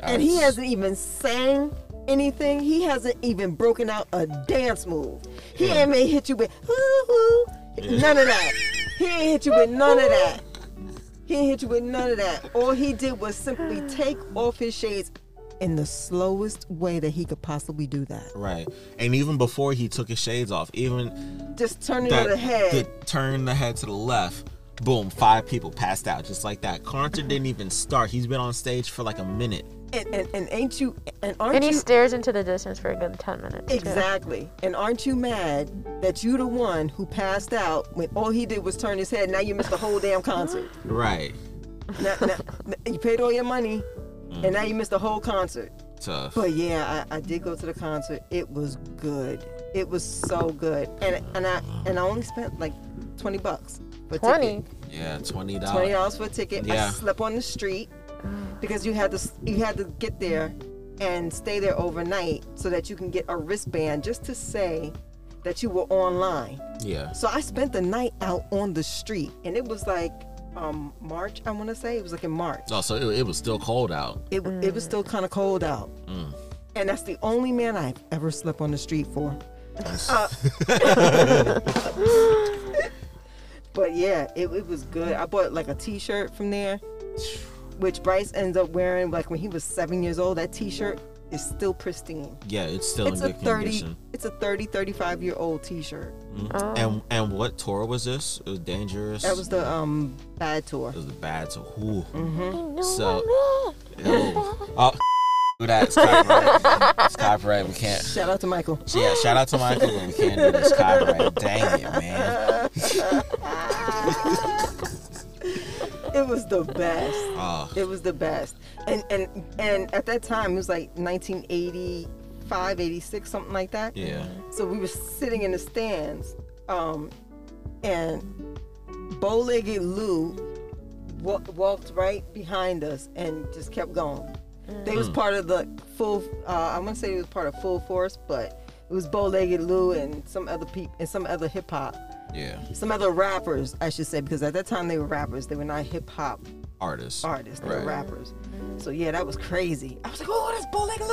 Speaker 2: and he
Speaker 1: That's-
Speaker 2: hasn't even sang anything. He hasn't even broken out a dance move. He ain't may hit you with ooh, ooh. none of that. He ain't hit you with none of that. He ain't hit you with none of that. All he did was simply take off his shades in the slowest way that he could possibly do that.
Speaker 1: Right. And even before he took his shades off, even
Speaker 2: Just turn it on
Speaker 1: that
Speaker 2: the head.
Speaker 1: the- turn the head to the left, boom, five people passed out just like that. Concert didn't even start. He's been on stage for like a minute.
Speaker 2: and, and, and ain't you and aren't
Speaker 3: And
Speaker 2: you
Speaker 3: he stares into the distance for a good 10 minutes. too.
Speaker 2: Exactly. And aren't you mad that you the one who passed out when all he did was turn his head? Now you missed the whole damn concert.
Speaker 1: Right.
Speaker 2: Now, now, you paid all your money, and now you missed the whole concert.
Speaker 1: Tough.
Speaker 2: But yeah, I, I did go to the concert. It was good. It was so good. And and I and I only spent like twenty bucks. for a
Speaker 3: 20.
Speaker 2: ticket.
Speaker 1: Yeah, twenty
Speaker 2: Twenty
Speaker 1: dollars.
Speaker 2: dollars for a ticket. I
Speaker 1: Oh. Yeah.
Speaker 2: slept on the street because you had to s- you had to get there and stay there overnight so that you can get a wristband just to say that you were online.
Speaker 1: Yeah.
Speaker 2: So I spent the night out on the street, and it was like um, March. I want to say it was like in March.
Speaker 1: No, so it, it was still cold out.
Speaker 2: It w- it was still kind of cold out,
Speaker 1: Mm.
Speaker 2: and that's the only man I've ever slept on the street for. Uh, But yeah, it, it was good. I bought like a T-shirt from there, which Bryce ends up wearing. Like when he was seven years old, that T-shirt is still pristine.
Speaker 1: yeah, it's still
Speaker 2: it's
Speaker 1: in
Speaker 2: a
Speaker 1: good
Speaker 2: 30
Speaker 1: condition. Mm-hmm.
Speaker 2: it's a 30 35 year old t-shirt
Speaker 1: And and what tour was this? It was dangerous.
Speaker 2: Oh. that was Mm-hmm. the um bad tour
Speaker 1: it was a bad tour. Ooh.
Speaker 3: So,
Speaker 1: Ew. Oh, do that. It's copyright. It's copyright. We can't.
Speaker 2: shout out to michael
Speaker 1: So yeah, shout out to Michael, but we can't do this copyright. Dang it, man.
Speaker 2: it was the best
Speaker 1: Oh,
Speaker 2: it was the best and and and at that time it was like 1985 86 something like that
Speaker 1: yeah.
Speaker 2: so we were sitting in the stands um and bow-legged lou wa- walked right behind us and just kept going they was part of the full uh i want to say it was part of full force but it was bow-legged lou and some other people and some other hip-hop
Speaker 1: Yeah.
Speaker 2: some other rappers i should say because at that time they were rappers they were not hip-hop
Speaker 1: Artists.
Speaker 2: artists they were
Speaker 1: Right.
Speaker 2: rappers so yeah that was crazy i was like oh that's bow-legged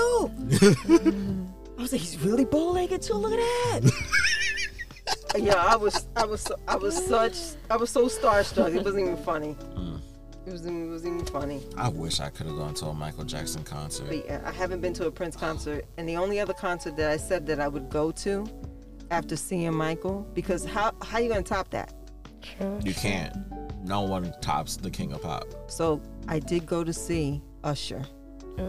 Speaker 2: lou I was like, he's really bow legged too. Look at that. yeah, I was, I was, so, I was such, I was so starstruck. It wasn't even funny. It was, it was even funny.
Speaker 1: I wish I could have gone to a Michael Jackson concert.
Speaker 2: But yeah, I haven't been to a Prince concert, and the only other concert that I said that I would go to after seeing Michael, because how how you gonna top that?
Speaker 1: You can't. No one tops the King of Pop.
Speaker 2: So I did go to see Usher.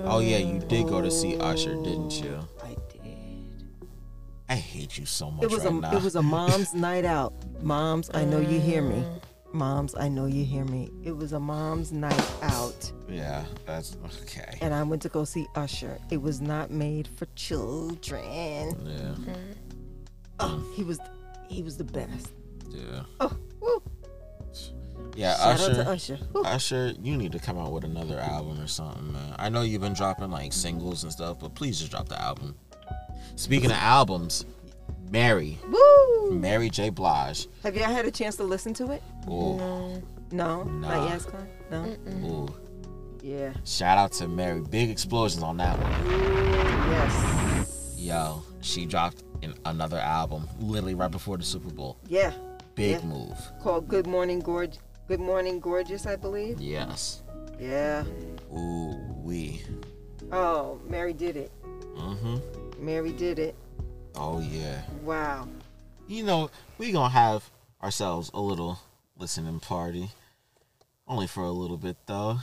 Speaker 1: Oh yeah, you did go to see Usher, didn't you?
Speaker 2: I did.
Speaker 1: I hate you so much
Speaker 2: It was
Speaker 1: right
Speaker 2: a
Speaker 1: now.
Speaker 2: it was a mom's night out. Moms, I know you hear me.
Speaker 1: Mm.
Speaker 2: Moms, I know you hear me. It was a mom's night out.
Speaker 1: yeah, that's okay.
Speaker 2: and I went to go see Usher. It was not made for children.
Speaker 1: Yeah,
Speaker 2: Oh, he was he was the best.
Speaker 1: yeah,
Speaker 2: Oh, woo.
Speaker 1: yeah.
Speaker 2: Shout
Speaker 1: Usher,
Speaker 2: out to Usher. Woo.
Speaker 1: Usher, you need to come out with another album or something, man. I know you've been dropping like singles and stuff, but please just drop the album. Speaking of albums, Mary,
Speaker 2: Woo.
Speaker 1: Mary J. Blige.
Speaker 2: Have y'all had a chance to listen to it?
Speaker 1: Ooh, Nah.
Speaker 2: No, not yet, Scott? No.
Speaker 1: ooh.
Speaker 2: Yeah.
Speaker 1: Shout out to Mary. Big explosions on that one.
Speaker 2: Yes.
Speaker 1: Yo, she dropped in another album literally right before the Super Bowl.
Speaker 2: Yeah.
Speaker 1: Big
Speaker 2: Yeah.
Speaker 1: move.
Speaker 2: Called Good Morning Gorge. Good Morning Gorgeous, I believe.
Speaker 1: Yes.
Speaker 2: Yeah.
Speaker 1: Ooh wee.
Speaker 2: Oh, Mary did it.
Speaker 1: Mm-hmm.
Speaker 2: Mary did it.
Speaker 1: Oh yeah.
Speaker 2: Wow.
Speaker 1: You know, we gonna have ourselves a little listening party. Only for a little bit though.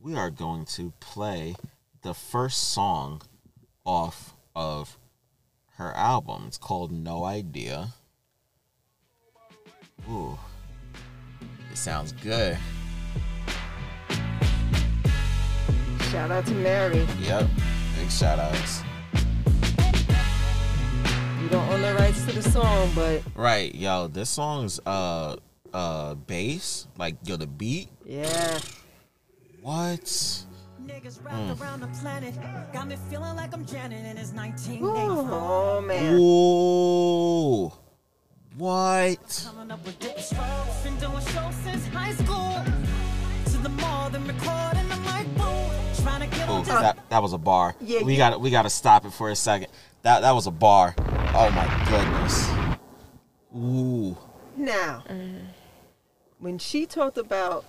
Speaker 1: We are going to play the first song off of her album. It's called No Idea. Ooh. It sounds good.
Speaker 2: Shout out to Mary.
Speaker 1: Yep. Big shout outs.
Speaker 2: You don't own the rights to the song, but
Speaker 1: Right, yo, this song's uh uh bass, like yo the beat.
Speaker 2: yeah.
Speaker 1: What?
Speaker 4: Niggas wrapped around the planet. Got me feeling like I'm Janet in his
Speaker 2: Woo.
Speaker 4: 1984.
Speaker 2: Oh man.
Speaker 1: Ooh. What?
Speaker 4: Coming up with different strokes and doing shows since high school. To the mall, then recording the mic booth. Trying to get
Speaker 1: Ooh,
Speaker 4: on to
Speaker 1: Oh, that, that was a bar.
Speaker 2: Yeah,
Speaker 1: we
Speaker 2: yeah.
Speaker 1: got we got to stop it for a second. That that was a bar. Oh my goodness. Ooh,
Speaker 2: Now, when she talked about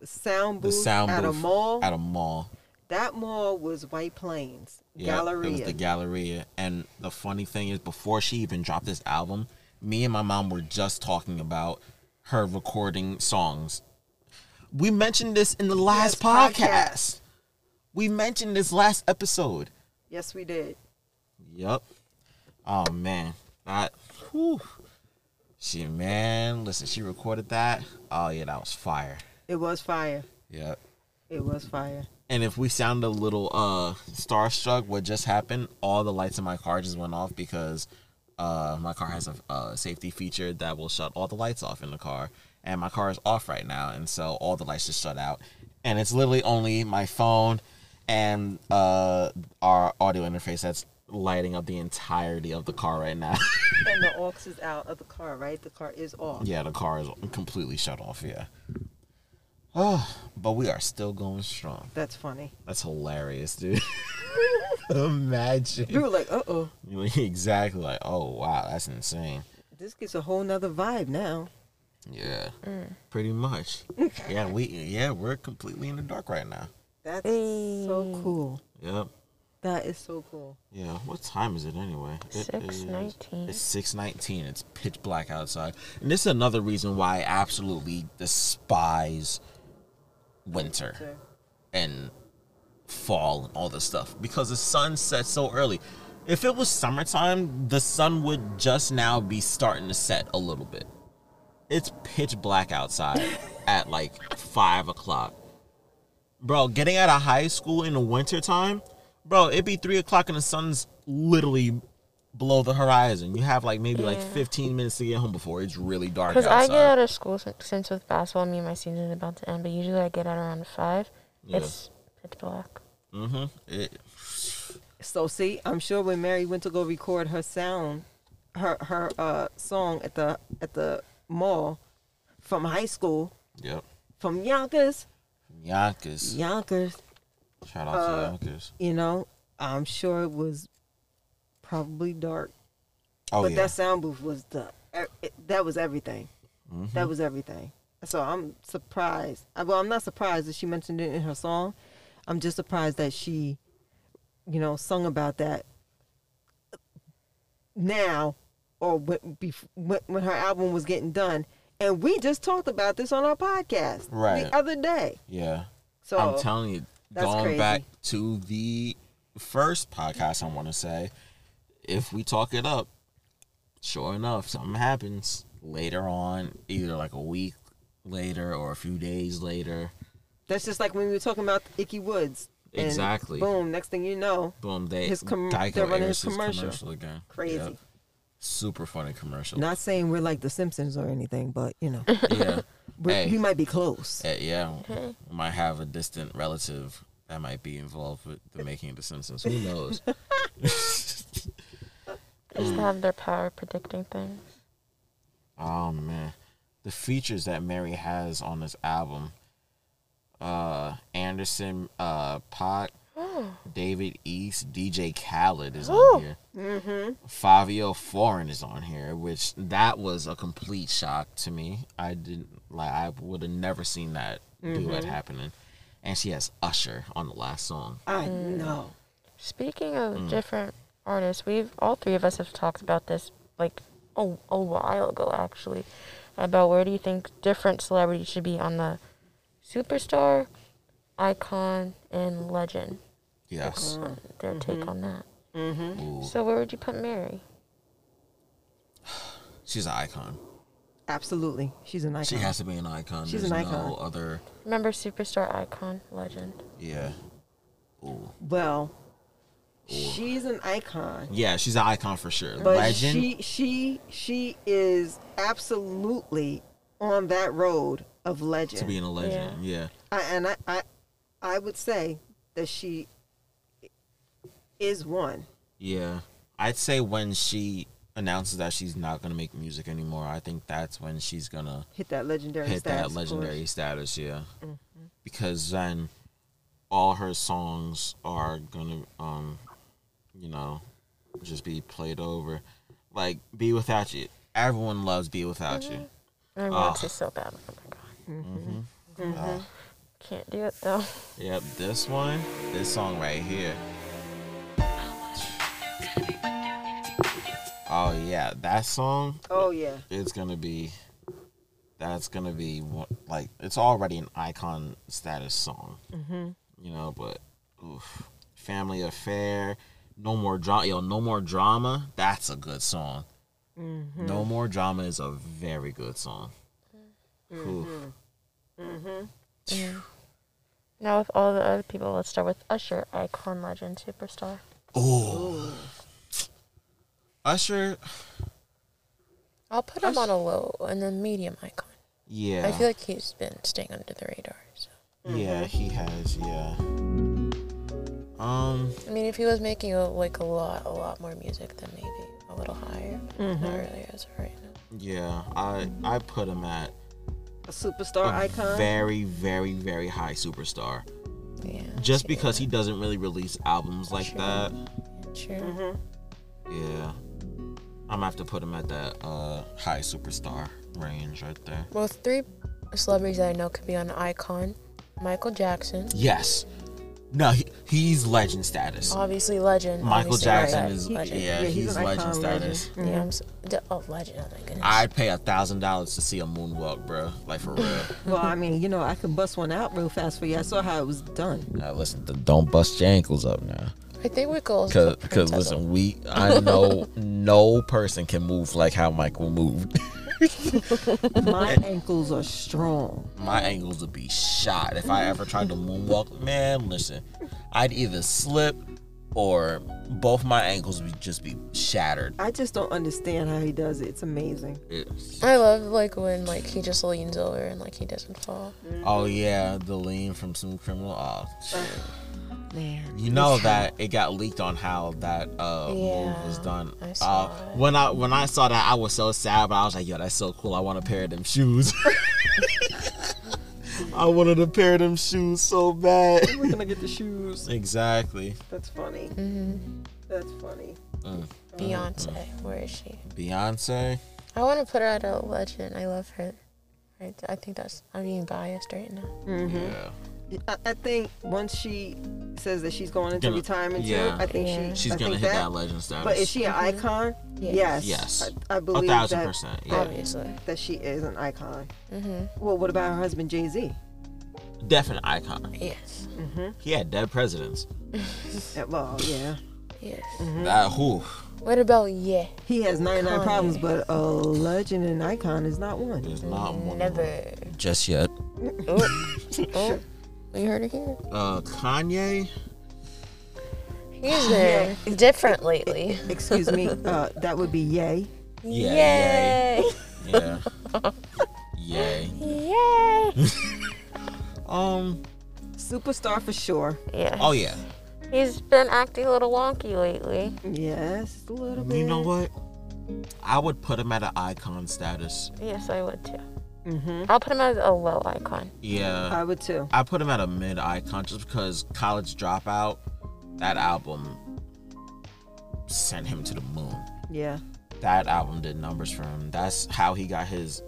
Speaker 2: the sound
Speaker 1: the
Speaker 2: booth,
Speaker 1: sound
Speaker 2: at a
Speaker 1: booth
Speaker 2: mall,
Speaker 1: At a mall.
Speaker 2: That mall was White Plains,
Speaker 1: Yeah,
Speaker 2: Galleria.
Speaker 1: It was the Galleria. And the funny thing is, before she even dropped this album, me and my mom were just talking about her recording songs. We mentioned this in the last
Speaker 2: Last
Speaker 1: podcast.
Speaker 2: podcast.
Speaker 1: We mentioned this last episode.
Speaker 2: yes, we did.
Speaker 1: Yep. Oh man, that. Whew. She man, listen, she recorded that. Oh yeah, that was fire.
Speaker 2: It was fire.
Speaker 1: Yep.
Speaker 2: It was fire.
Speaker 1: And if we sound a little uh starstruck, what just happened? All the lights in my car just went off because uh my car has a uh, safety feature that will shut all the lights off in the car, and my car is off right now, and so all the lights just shut out, and it's literally only my phone and uh our audio interface that's lighting up the entirety aux the car right now.
Speaker 2: And the aux is out of the car, right? The car is off.
Speaker 1: yeah, the car is completely shut off. Yeah. Oh, but we are still going strong.
Speaker 2: That's funny.
Speaker 1: That's hilarious, dude. Imagine.
Speaker 2: We were like, uh oh,
Speaker 1: exactly. Like, oh wow, that's insane.
Speaker 2: this gets a whole nother vibe now.
Speaker 1: Yeah.
Speaker 3: Mm.
Speaker 1: Pretty much. yeah, we yeah, we're completely in the dark right now.
Speaker 2: That's so cool.
Speaker 1: Yep.
Speaker 2: That is so cool.
Speaker 1: Yeah. What time is it anyway? It
Speaker 3: Six
Speaker 1: is-
Speaker 3: nineteen.
Speaker 1: It's six nineteen. It's pitch black outside. And this is another reason why I absolutely despise winter
Speaker 2: Sure.
Speaker 1: and fall and all this stuff. Because the sun sets so early. If it was summertime, the sun would just now be starting to set a little bit. It's pitch black outside at like five o'clock. Bro, getting out of high school in the wintertime, bro, it'd be three o'clock and the sun's literally below the horizon. You have like maybe like
Speaker 3: Yeah.
Speaker 1: 15 minutes to get home before it's really dark
Speaker 3: Because I
Speaker 1: outside.
Speaker 3: get out of school since, since with basketball, me and my season's about to end, but usually I get out around five.
Speaker 1: Yeah.
Speaker 3: It's pitch black.
Speaker 1: mm-hmm. It,
Speaker 2: So see, I'm sure when Mary went to go record her sound, her her uh song at the at the mall from high school,
Speaker 1: yep.
Speaker 2: from Yonkers,
Speaker 1: Yonkers.
Speaker 2: Yonkers,
Speaker 1: Shout out
Speaker 3: Uh,
Speaker 1: to Yonkers.
Speaker 2: you know, I'm sure it was probably dark,
Speaker 1: Oh,
Speaker 2: but
Speaker 1: yeah.
Speaker 2: that sound booth was the er- it, that was everything.
Speaker 1: Mm-hmm.
Speaker 2: That was everything. So I'm surprised. I- Well, I'm not surprised that she mentioned it in her song. I'm just surprised that she, you know, sung about that now or when, bef- when, when her album was getting done. And we just talked about this on our podcast
Speaker 1: Right.
Speaker 2: the other day.
Speaker 1: Yeah.
Speaker 2: So
Speaker 1: I'm telling you,
Speaker 2: that's
Speaker 1: going
Speaker 2: crazy.
Speaker 1: back to the first podcast, I want to say, if we talk it up, sure enough, something happens later on, either like a week later or a few days later.
Speaker 2: that's just like when we were talking about Icky Woods. And
Speaker 1: Exactly.
Speaker 2: Boom. Next thing you know,
Speaker 1: Boom, they
Speaker 2: His com-
Speaker 1: Geico
Speaker 2: they're running
Speaker 1: airs
Speaker 2: his commercial.
Speaker 1: again.
Speaker 2: Crazy.
Speaker 1: Yep. Super funny commercial.
Speaker 2: not saying we're like The Simpsons or anything, but you know,
Speaker 1: yeah.
Speaker 2: we,
Speaker 1: Hey.
Speaker 2: we might be close.
Speaker 1: Eh, yeah. we Might have a distant relative that might be involved with the making of The Simpsons. Who knows?
Speaker 3: They used to
Speaker 2: Mm.
Speaker 3: have their power predicting things.
Speaker 1: Oh man, the features that Mary has on this album. Uh, Anderson, uh, Pot, David East, DJ Khaled is on here. Mm-hmm. Fabio Foreign is on here, which that was a complete shock to me. I didn't like. I would have never seen that duet
Speaker 2: Mm-hmm.
Speaker 1: happening. And she has Usher on the last song.
Speaker 2: I know.
Speaker 3: Speaking of different artists, we've all three of us have talked about this like a, a while ago actually about where do you think different celebrities should be on the superstar, icon, and legend.
Speaker 1: Yes.
Speaker 3: Um, Their take on that.
Speaker 1: Ooh,
Speaker 3: So where would you put Mary?
Speaker 1: she's an icon.
Speaker 2: Absolutely. She's an icon.
Speaker 1: She has to be an icon.
Speaker 2: She's
Speaker 1: There's
Speaker 2: an
Speaker 1: no
Speaker 2: icon.
Speaker 1: other.
Speaker 3: Remember superstar, icon, legend.
Speaker 1: Yeah. Ooh.
Speaker 2: Well, she's an icon.
Speaker 1: Yeah, she's an icon for sure.
Speaker 2: But
Speaker 1: Legend.
Speaker 2: she she she is absolutely on that road of legend.
Speaker 1: to being a legend. Yeah.
Speaker 2: I, and I, I I would say that she is one.
Speaker 1: yeah, I'd say when she announces that she's not gonna make music anymore, I think that's when she's gonna
Speaker 2: Hit that legendary
Speaker 1: hit
Speaker 2: status.
Speaker 1: that
Speaker 2: of
Speaker 1: legendary
Speaker 2: course. Mm-hmm.
Speaker 1: status. Yeah, because then all her songs are gonna, um, you know, just be played over. Like "Be Without You," everyone
Speaker 2: Mm-hmm.
Speaker 1: loves "Be Without You."
Speaker 3: I want to so bad. Oh my god.
Speaker 1: Uh,
Speaker 3: Can't do it though.
Speaker 1: Yep, this one, this song right here. Oh yeah, that song
Speaker 2: Oh yeah.
Speaker 1: is gonna be. That's gonna be one- like it's already an icon status song.
Speaker 5: Mm-hmm.
Speaker 1: You know, but oof, family affair, no more drama. Yo, no more drama. That's a good song.
Speaker 5: Mm-hmm.
Speaker 1: No more drama is a very good song.
Speaker 5: Mm-hmm.
Speaker 1: Oof.
Speaker 3: Now with all the other people, let's start with Usher, icon, legend, superstar.
Speaker 1: Oh. Usher,
Speaker 5: I'll put him on a low and then medium icon.
Speaker 1: yeah.
Speaker 5: I feel like he's been staying under the radar. So.
Speaker 1: yeah, he has, yeah. Um,
Speaker 5: I mean, if he was making a, like a lot, a lot more music, then maybe a little higher.
Speaker 1: Mm-hmm.
Speaker 5: Not really as of right now.
Speaker 1: yeah, I I put him at
Speaker 2: A superstar
Speaker 1: a
Speaker 2: icon.
Speaker 1: very, very, very high superstar.
Speaker 5: Yeah.
Speaker 1: Just because he doesn't really release albums like that.
Speaker 5: Sure.
Speaker 1: Mm-hmm. Yeah. I'm gonna have to put him at that uh high superstar range right there.
Speaker 5: Well, three celebrities that I know could be on icon: Michael Jackson,
Speaker 1: Yes. No, he, he's legend status.
Speaker 5: obviously legend.
Speaker 1: Michael
Speaker 5: obviously,
Speaker 1: Jackson
Speaker 5: right?
Speaker 1: is
Speaker 5: Oh, legend.
Speaker 1: yeah,
Speaker 2: yeah, he's
Speaker 1: he's
Speaker 2: an
Speaker 1: legend
Speaker 2: icon, legend.
Speaker 1: status.
Speaker 5: Yeah, I'm so, d- oh, legend. Oh my goodness.
Speaker 1: I'd pay a thousand dollars to see a moonwalk, bro. Like for real.
Speaker 2: Well, I mean, you know, I could bust one out real fast for you. I saw how it was done.
Speaker 1: now listen, th- don't bust your ankles up now,
Speaker 5: I think we go.
Speaker 1: cause, cause listen, we I know no person can move like how Michael moved.
Speaker 2: My ankles are strong.
Speaker 1: My ankles would be shot if I ever tried to moonwalk. Man, listen, I'd either slip or both my ankles would just be shattered.
Speaker 2: I just don't understand how he does it. It's amazing.
Speaker 1: It's-
Speaker 5: I love like when like he just leans over and like he doesn't fall.
Speaker 1: oh yeah, the lean from some criminal. Oh, shit.
Speaker 5: Man.
Speaker 1: You know that it got leaked on how that uh, move was
Speaker 5: Yeah,
Speaker 1: done.
Speaker 5: I saw
Speaker 1: uh,
Speaker 5: it.
Speaker 1: When I when I saw that, I was so sad, but I was like, "Yo, that's so cool! I want a pair of them shoes." I wanted a pair of them shoes so bad.
Speaker 2: We're gonna get the shoes.
Speaker 1: Exactly.
Speaker 2: That's funny. That's funny.
Speaker 5: Beyonce, where is she?
Speaker 1: Beyonce.
Speaker 5: I want to put her at a legend. I love her. Right, I think that's I'm being biased right now.
Speaker 1: Yeah.
Speaker 2: I, I think once she says that she's going into
Speaker 1: Gonna-
Speaker 2: retirement
Speaker 1: yeah.
Speaker 2: too, I think
Speaker 5: Yeah.
Speaker 2: she
Speaker 1: She's
Speaker 2: I
Speaker 1: gonna
Speaker 2: think
Speaker 1: hit that, legend status.
Speaker 2: But is she an icon? Yes.
Speaker 5: Yes.
Speaker 1: Yes.
Speaker 2: I, I
Speaker 1: a
Speaker 2: believe
Speaker 1: thousand
Speaker 2: that,
Speaker 1: percent. Yeah.
Speaker 5: Obviously.
Speaker 2: that she is an icon. Well, what about her husband Jay Z?
Speaker 1: Definite icon.
Speaker 5: Yes.
Speaker 1: He had dead presidents.
Speaker 2: Well, yeah,
Speaker 5: Yes.
Speaker 1: That who?
Speaker 5: Mm. What about yeah?
Speaker 2: he has 99
Speaker 5: Kanye.
Speaker 2: problems, but a legend and icon is not one.
Speaker 1: There's not one. of them.
Speaker 5: Never.
Speaker 1: Just yet.
Speaker 5: Oh, we heard it here.
Speaker 1: Uh, Kanye.
Speaker 5: He's there. Different lately.
Speaker 2: Excuse me, uh, that would be Yay.
Speaker 1: Yeah. yeah.
Speaker 5: Yay!
Speaker 1: Yeah. Yay.
Speaker 5: Yay!
Speaker 1: Um.
Speaker 2: Superstar for sure.
Speaker 3: Yeah.
Speaker 1: Oh yeah.
Speaker 3: He's been acting a little wonky lately.
Speaker 2: Yes, a little bit.
Speaker 1: You know what? I would put him at an icon status.
Speaker 3: Yes, I would too. I'll put him as a low icon.
Speaker 1: Yeah.
Speaker 2: I would too.
Speaker 1: I put him at a mid icon just because College Dropout, that album, sent him to the moon.
Speaker 2: Yeah.
Speaker 1: That album did numbers for him. That's how he got his.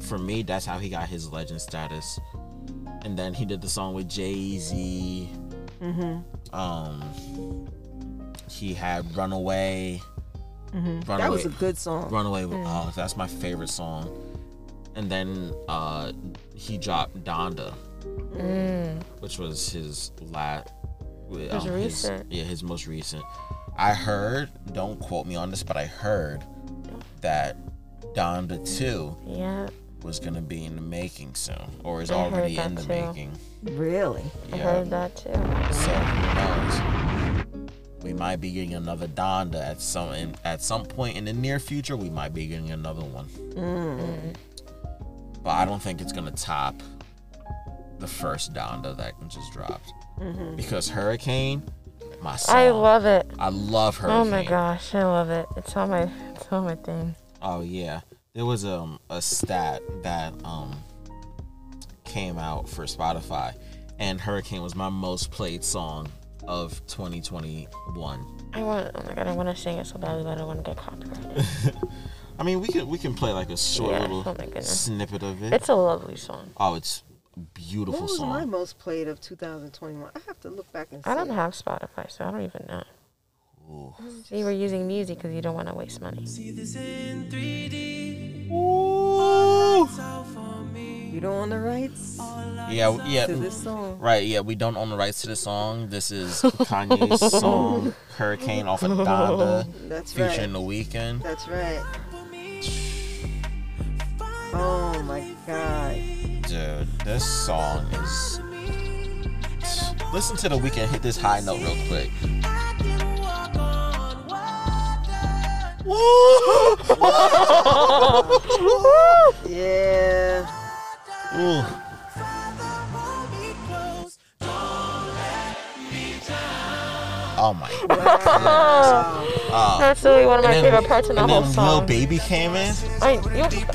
Speaker 1: For me, that's how he got his legend status. And then he did the song with Jay Z. Mm-hmm. Um. He had Runaway. Runaway.
Speaker 2: Mm-hmm. That was a good song.
Speaker 1: Runaway.
Speaker 3: Mm.
Speaker 1: Oh, that's my favorite song. And then uh, he dropped Donda,
Speaker 3: Mm.
Speaker 1: which was his last.
Speaker 3: was recent.
Speaker 1: yeah, his most recent. I heard. Don't quote me on this, but I heard that Donda Two
Speaker 3: Yeah.
Speaker 1: was gonna be in the making soon, or is
Speaker 3: I heard
Speaker 1: already
Speaker 3: that
Speaker 1: in the
Speaker 3: too.
Speaker 1: making.
Speaker 2: Really?
Speaker 3: I heard that too.
Speaker 1: So who knows? We might be getting another Donda at some in, at some point in the near future. We might be getting another one,
Speaker 3: Mm-hmm.
Speaker 1: but I don't think it's gonna top the first Donda that just dropped because Hurricane, my song,
Speaker 3: Mm-hmm. I love it.
Speaker 1: I love Hurricane.
Speaker 3: Oh my gosh, I love it. It's on my it's on my thing.
Speaker 1: Oh yeah, there was um a stat that um came out for Spotify, and Hurricane was my most played song of 2021.
Speaker 3: I want oh my god, I wanna sing it so badly but I don't wanna get copyrighted.
Speaker 1: I mean, we can we can play like a short
Speaker 3: Yeah,
Speaker 1: little
Speaker 3: oh my goodness.
Speaker 1: snippet of it.
Speaker 3: It's a lovely song.
Speaker 1: oh, it's beautiful
Speaker 2: What was
Speaker 1: song.
Speaker 2: my most played of 2021? I have to look back and see.
Speaker 3: I don't have Spotify, so I don't even know.
Speaker 1: Ooh.
Speaker 3: See, we're using music because you don't want to waste money.
Speaker 2: You don't own the rights
Speaker 1: Yeah, w- yeah. mm,
Speaker 2: to this song.
Speaker 1: Right, yeah, we don't own the rights to the song. This is Kanye's song Hurricane off of Donda
Speaker 2: That's
Speaker 1: featuring
Speaker 2: right.
Speaker 1: The Weeknd.
Speaker 2: That's right. Oh my god.
Speaker 1: Dude, this song is Listen to The Weeknd hit this high note real quick.
Speaker 2: Yeah.
Speaker 1: Ooh. Oh my
Speaker 3: Oh,
Speaker 1: god.
Speaker 3: that's really one of my
Speaker 1: And then-
Speaker 3: favorite parts in the
Speaker 1: and
Speaker 3: whole
Speaker 1: then Lil
Speaker 3: song.
Speaker 1: Baby came in.
Speaker 3: I, you,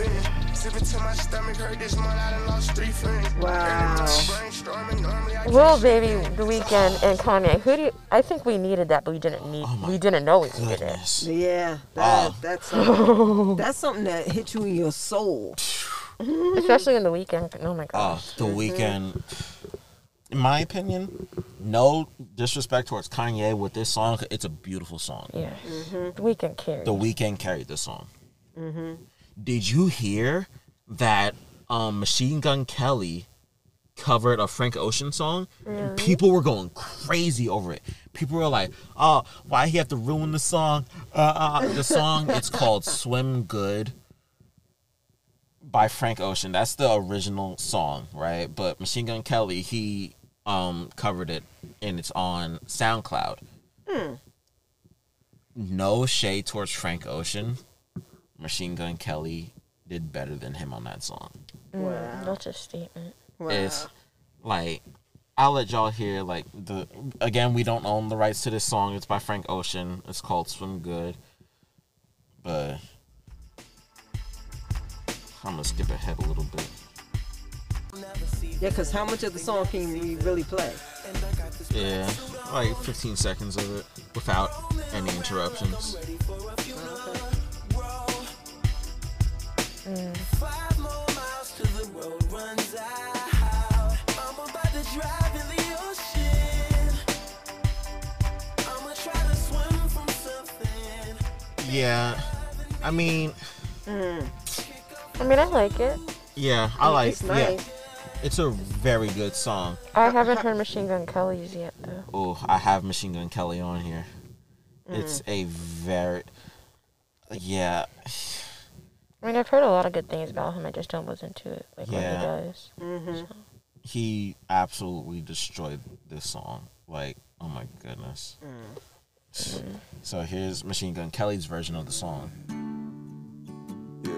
Speaker 2: Wow.
Speaker 3: Lil Baby, The Weeknd, and Kanye. Who do you, I think we needed that, but we didn't need.
Speaker 1: Oh my
Speaker 3: we didn't know we needed it.
Speaker 1: Goodness.
Speaker 2: Yeah. That,
Speaker 1: Oh.
Speaker 2: That's something, that's something that hit you in your soul.
Speaker 3: especially in the weekend. Oh my
Speaker 1: Oh,
Speaker 3: gosh.
Speaker 1: the weekend. In my opinion, no disrespect towards Kanye with this song. 'cause It's a beautiful song.
Speaker 3: Yeah, the weekend carried.
Speaker 1: The weekend carried this song. Mm-hmm. Did you hear that um, Machine Gun Kelly covered a Frank Ocean song? And people were going crazy over it. People were like, "Oh, why he have to ruin the song?" Uh, uh, the song it's called "Swim Good." by Frank Ocean. That's the original song, right? But Machine Gun Kelly, he um covered it and it's on SoundCloud. No shade towards Frank Ocean. Machine Gun Kelly did better than him on that song.
Speaker 2: Wow.
Speaker 3: That's a statement.
Speaker 2: wow.
Speaker 1: It's like I'll let y'all hear like the again we don't own the rights to this song. It's by Frank Ocean. It's called Swim Good. But I'm gonna skip ahead a little bit.
Speaker 2: Yeah, because how much of the song can we really play?
Speaker 1: Yeah, like 15 seconds of it without any interruptions. Yeah, I mean,
Speaker 3: I mean, I like it.
Speaker 1: yeah, I like.
Speaker 2: It's nice.
Speaker 1: Yeah, it's a very good song.
Speaker 3: I haven't heard Machine Gun Kelly's yet though.
Speaker 1: Oh, I have Machine Gun Kelly on here. It's a very, yeah,
Speaker 3: I mean, I've heard a lot of good things about him. I just don't listen to it like what
Speaker 1: Yeah.
Speaker 3: he does.
Speaker 1: he absolutely destroyed this song. Like, oh my goodness. So here's Machine Gun Kelly's version of the song.
Speaker 6: Yeah.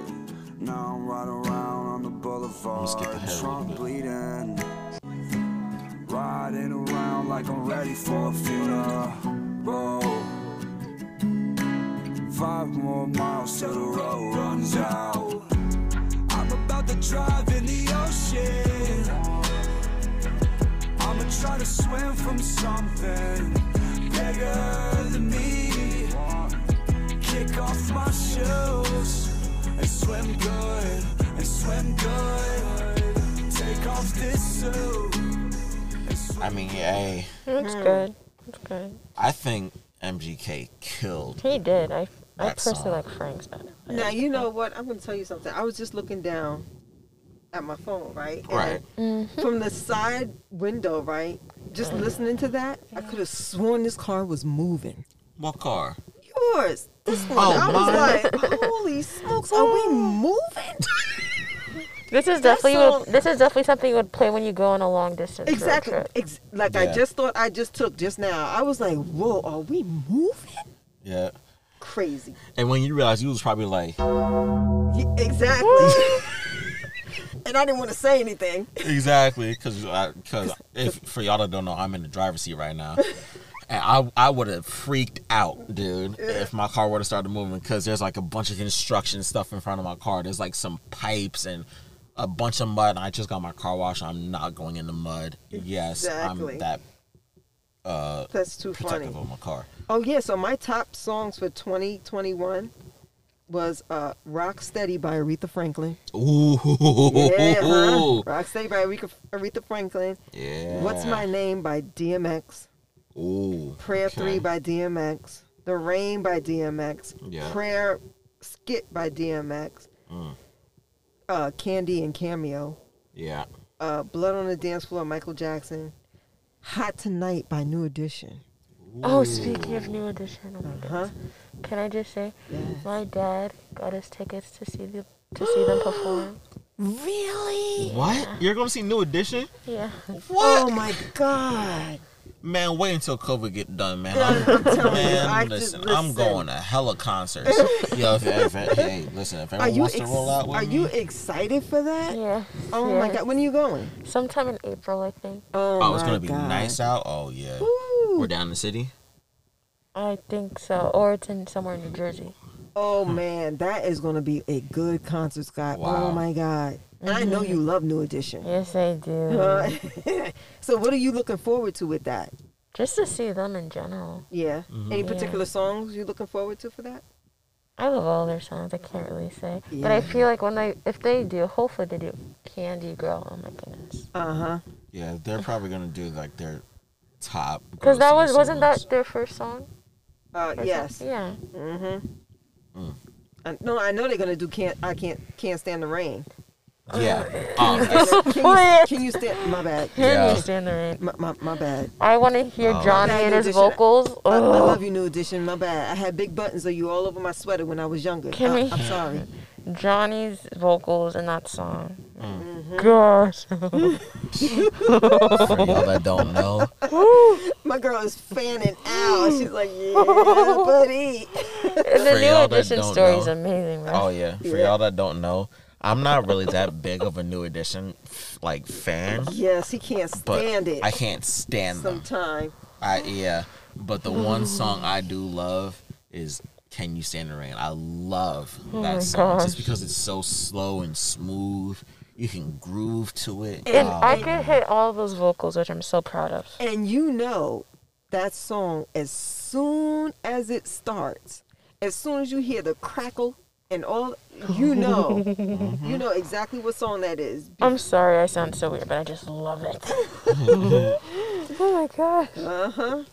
Speaker 6: Now I'm right around on the boulevard,
Speaker 1: skip ahead a little
Speaker 6: trunk
Speaker 1: bit.
Speaker 6: bleeding. Riding around like I'm ready for a funeral. Five more miles till the road runs out. I'm about to drive in the ocean. I'ma try to swim from something bigger than me. Kick off my shoes and swim good and swim good. Take off this suit.
Speaker 1: I mean, hey,
Speaker 3: It's good. It's good.
Speaker 1: I think MGK killed.
Speaker 3: He did. I I
Speaker 1: That song.
Speaker 3: personally like Frank's better.
Speaker 2: Now you know what? I'm gonna tell you something. I was just looking down at my phone, right? And
Speaker 1: Right.
Speaker 2: From the side window, right? Just listening to that, I could have sworn this car was moving.
Speaker 1: What car?
Speaker 2: Yours. This one.
Speaker 1: Oh,
Speaker 2: I
Speaker 1: mine.
Speaker 2: was like, Oh." holy smokes, are we moving?
Speaker 3: This is definitely you would-
Speaker 2: song-
Speaker 3: this is definitely something you would play when you go on a long distance road
Speaker 2: exactly.
Speaker 3: trip.
Speaker 2: Ex- like
Speaker 1: Yeah.
Speaker 2: I just thought I just took just now. I was like, whoa, are we moving?
Speaker 1: Yeah.
Speaker 2: Crazy.
Speaker 1: And when you realize you was probably like,
Speaker 2: Ye- exactly. and I didn't want to say anything.
Speaker 1: exactly, because because if for y'all that don't know, I'm in the driver's seat right now, and I I would have freaked out, dude, if my car would have started moving, because there's like a bunch of construction stuff in front of my car. There's like some pipes and a bunch of mud. And I just got my car washed. I'm not going in the mud. Yes,
Speaker 2: Exactly.
Speaker 1: I'm that uh,
Speaker 2: That's too funny.
Speaker 1: protective of my car.
Speaker 2: Oh yeah, so my top songs for 2021 was uh, Rock Steady by Aretha Franklin.
Speaker 1: Ooh.
Speaker 2: Yeah, huh? Rock Steady by Aretha Aretha Franklin.
Speaker 1: Yeah.
Speaker 2: What's My Name by DMX.
Speaker 1: Ooh.
Speaker 2: Prayer
Speaker 1: okay.
Speaker 2: 3 by DMX. The Rain by DMX.
Speaker 1: Yeah. Mm.
Speaker 2: Prayer Skit by DMX. Uh, Candy and Cameo.
Speaker 1: Yeah.
Speaker 2: Uh, Blood on the Dance Floor, Michael Jackson. Hot Tonight by New Edition.
Speaker 3: Oh, speaking of new edition, oh my God.
Speaker 2: Huh?
Speaker 3: can I just say, my dad got us tickets to see the to see them perform.
Speaker 2: Really?
Speaker 1: What? You're gonna see New Edition?
Speaker 3: Yeah.
Speaker 2: Oh my God.
Speaker 1: Man, wait until COVID get done, man. I'm,
Speaker 2: telling you, I
Speaker 1: man,
Speaker 2: just-
Speaker 1: listen, I'm
Speaker 2: listen.
Speaker 1: going to hella concerts. Yo, if, if, hey, listen, if
Speaker 2: Are
Speaker 1: anyone
Speaker 2: you
Speaker 1: wants
Speaker 2: ex-
Speaker 1: to roll out with
Speaker 2: are
Speaker 1: me,
Speaker 2: you excited for that?
Speaker 3: Yeah.
Speaker 2: Oh my
Speaker 3: yeah.
Speaker 2: God. When are you going?
Speaker 3: Sometime in April, I think.
Speaker 2: Oh,
Speaker 1: oh, it's
Speaker 2: my
Speaker 1: gonna be
Speaker 2: God.
Speaker 1: nice out. Oh yeah,
Speaker 2: Woo.
Speaker 1: we're down in the city.
Speaker 3: I think so, or it's in somewhere in New Jersey.
Speaker 2: Oh man, that is gonna be a good concert, Scott.
Speaker 1: Hmm. Wow.
Speaker 2: Oh my God. And I know you love New Edition.
Speaker 3: Yes, I do.
Speaker 2: Uh, so what are you looking forward to with that?
Speaker 3: Just to see them in general.
Speaker 2: Yeah.
Speaker 1: Mm-hmm.
Speaker 2: Any
Speaker 3: Yeah.
Speaker 2: particular songs you looking forward to for that?
Speaker 3: I love all their songs. I can't really say, but I
Speaker 2: Yeah.
Speaker 3: feel like when they, if they do, hopefully they do. Candy Girl. Oh my goodness.
Speaker 2: Uh huh.
Speaker 1: Yeah, they're probably gonna do like their top.
Speaker 3: Because that
Speaker 1: grossing
Speaker 3: was wasn't
Speaker 1: songs.
Speaker 3: that their first song?
Speaker 2: Uh
Speaker 3: Or
Speaker 2: yes.
Speaker 3: something? Yeah.
Speaker 2: Mm-hmm.
Speaker 1: Hmm.
Speaker 2: I, no, I know they're gonna do can't I can't can't stand the rain.
Speaker 1: Yeah. Oh, that's-
Speaker 2: Can you, can you stand? My bad.
Speaker 1: Yeah. Oh.
Speaker 3: Can you stand the rain?
Speaker 2: My, my, my bad.
Speaker 3: I want to hear John
Speaker 2: That new
Speaker 3: Hader's
Speaker 2: edition-
Speaker 3: vocals.
Speaker 2: I, I
Speaker 3: Ugh.
Speaker 2: love you, New Edition. My bad. I had big buttons of you all over my sweater when I was younger.
Speaker 3: Can
Speaker 2: I,
Speaker 3: we-
Speaker 2: I'm sorry.
Speaker 3: Johnny's vocals in that song.
Speaker 2: Mm-hmm.
Speaker 3: Gosh.
Speaker 1: Oh, for y'all that don't know,
Speaker 2: My girl is fanning out. She's like, yeah, buddy.
Speaker 3: the new
Speaker 1: y'all that
Speaker 3: edition
Speaker 1: don't
Speaker 3: story is
Speaker 1: know-
Speaker 3: amazing, right?
Speaker 1: Oh yeah, for y'all that don't know, I'm not really that big of a New Edition f- like fan,
Speaker 2: Yes, he can't
Speaker 1: but
Speaker 2: stand it.
Speaker 1: I can't stand them.
Speaker 2: Sometime.
Speaker 1: I yeah, but the one song I do love is "Can You Stand the Rain." I love that song just
Speaker 3: gosh.
Speaker 1: because it's so slow and smooth. You can groove to it.
Speaker 3: And
Speaker 1: Oh,
Speaker 3: I could hit all those vocals, which I'm so proud of.
Speaker 2: And you know that song as soon as it starts, as soon as you hear the crackle and all, you know,
Speaker 1: Mm-hmm.
Speaker 2: you know exactly what song that is.
Speaker 3: I'm sorry I sound so weird, but I just love it. oh my gosh.
Speaker 2: Uh huh.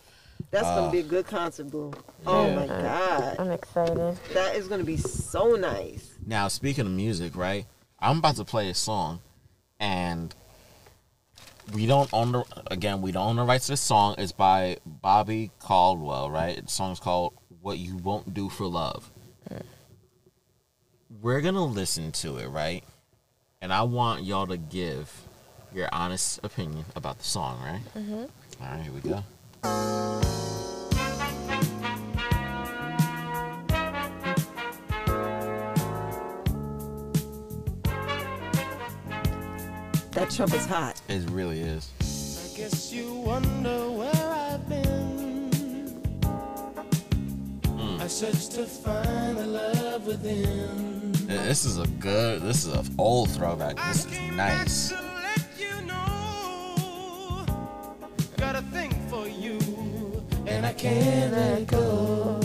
Speaker 2: That's gonna
Speaker 1: Uh,
Speaker 2: be a good concert, boo. Oh my god,
Speaker 3: I'm excited.
Speaker 2: that is gonna be so nice.
Speaker 1: now speaking of music, right? I'm about to play a song, and we don't own the again. We don't own the rights to the song. It's by Bobby Caldwell, right? The song's called "What You Won't Do for Love." We're gonna listen to it, right? And I want y'all to give your honest opinion about the song, right? Mm-hmm. All right, here we go.
Speaker 2: That trumpet's hot.
Speaker 1: It really is.
Speaker 4: I guess you wonder where I've been.
Speaker 6: Hmm.
Speaker 4: I searched to find the love within.
Speaker 1: This is a good. This is an old throwback. This is nice.
Speaker 4: To let you know, got a thing for you, and I can't let go.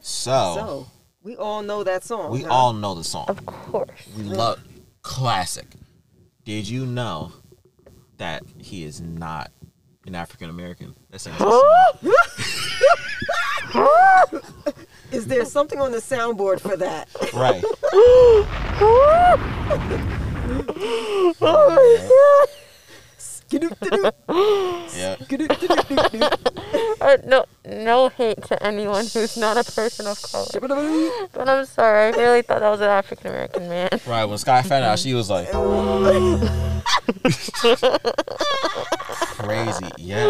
Speaker 1: So
Speaker 2: So we all know that song.
Speaker 1: Oh. we
Speaker 2: huh?
Speaker 1: all know the song.
Speaker 3: Of course.
Speaker 1: We love classic. Did you know that he is not an African American? That's interesting.
Speaker 2: Is there something on the soundboard for that?
Speaker 1: right. Yeah.
Speaker 3: Uh, no, no hate to anyone who's not a person of color. But I'm sorry, I really thought that was an African American man.
Speaker 1: Right. When Sky found out, she was like crazy. Yeah.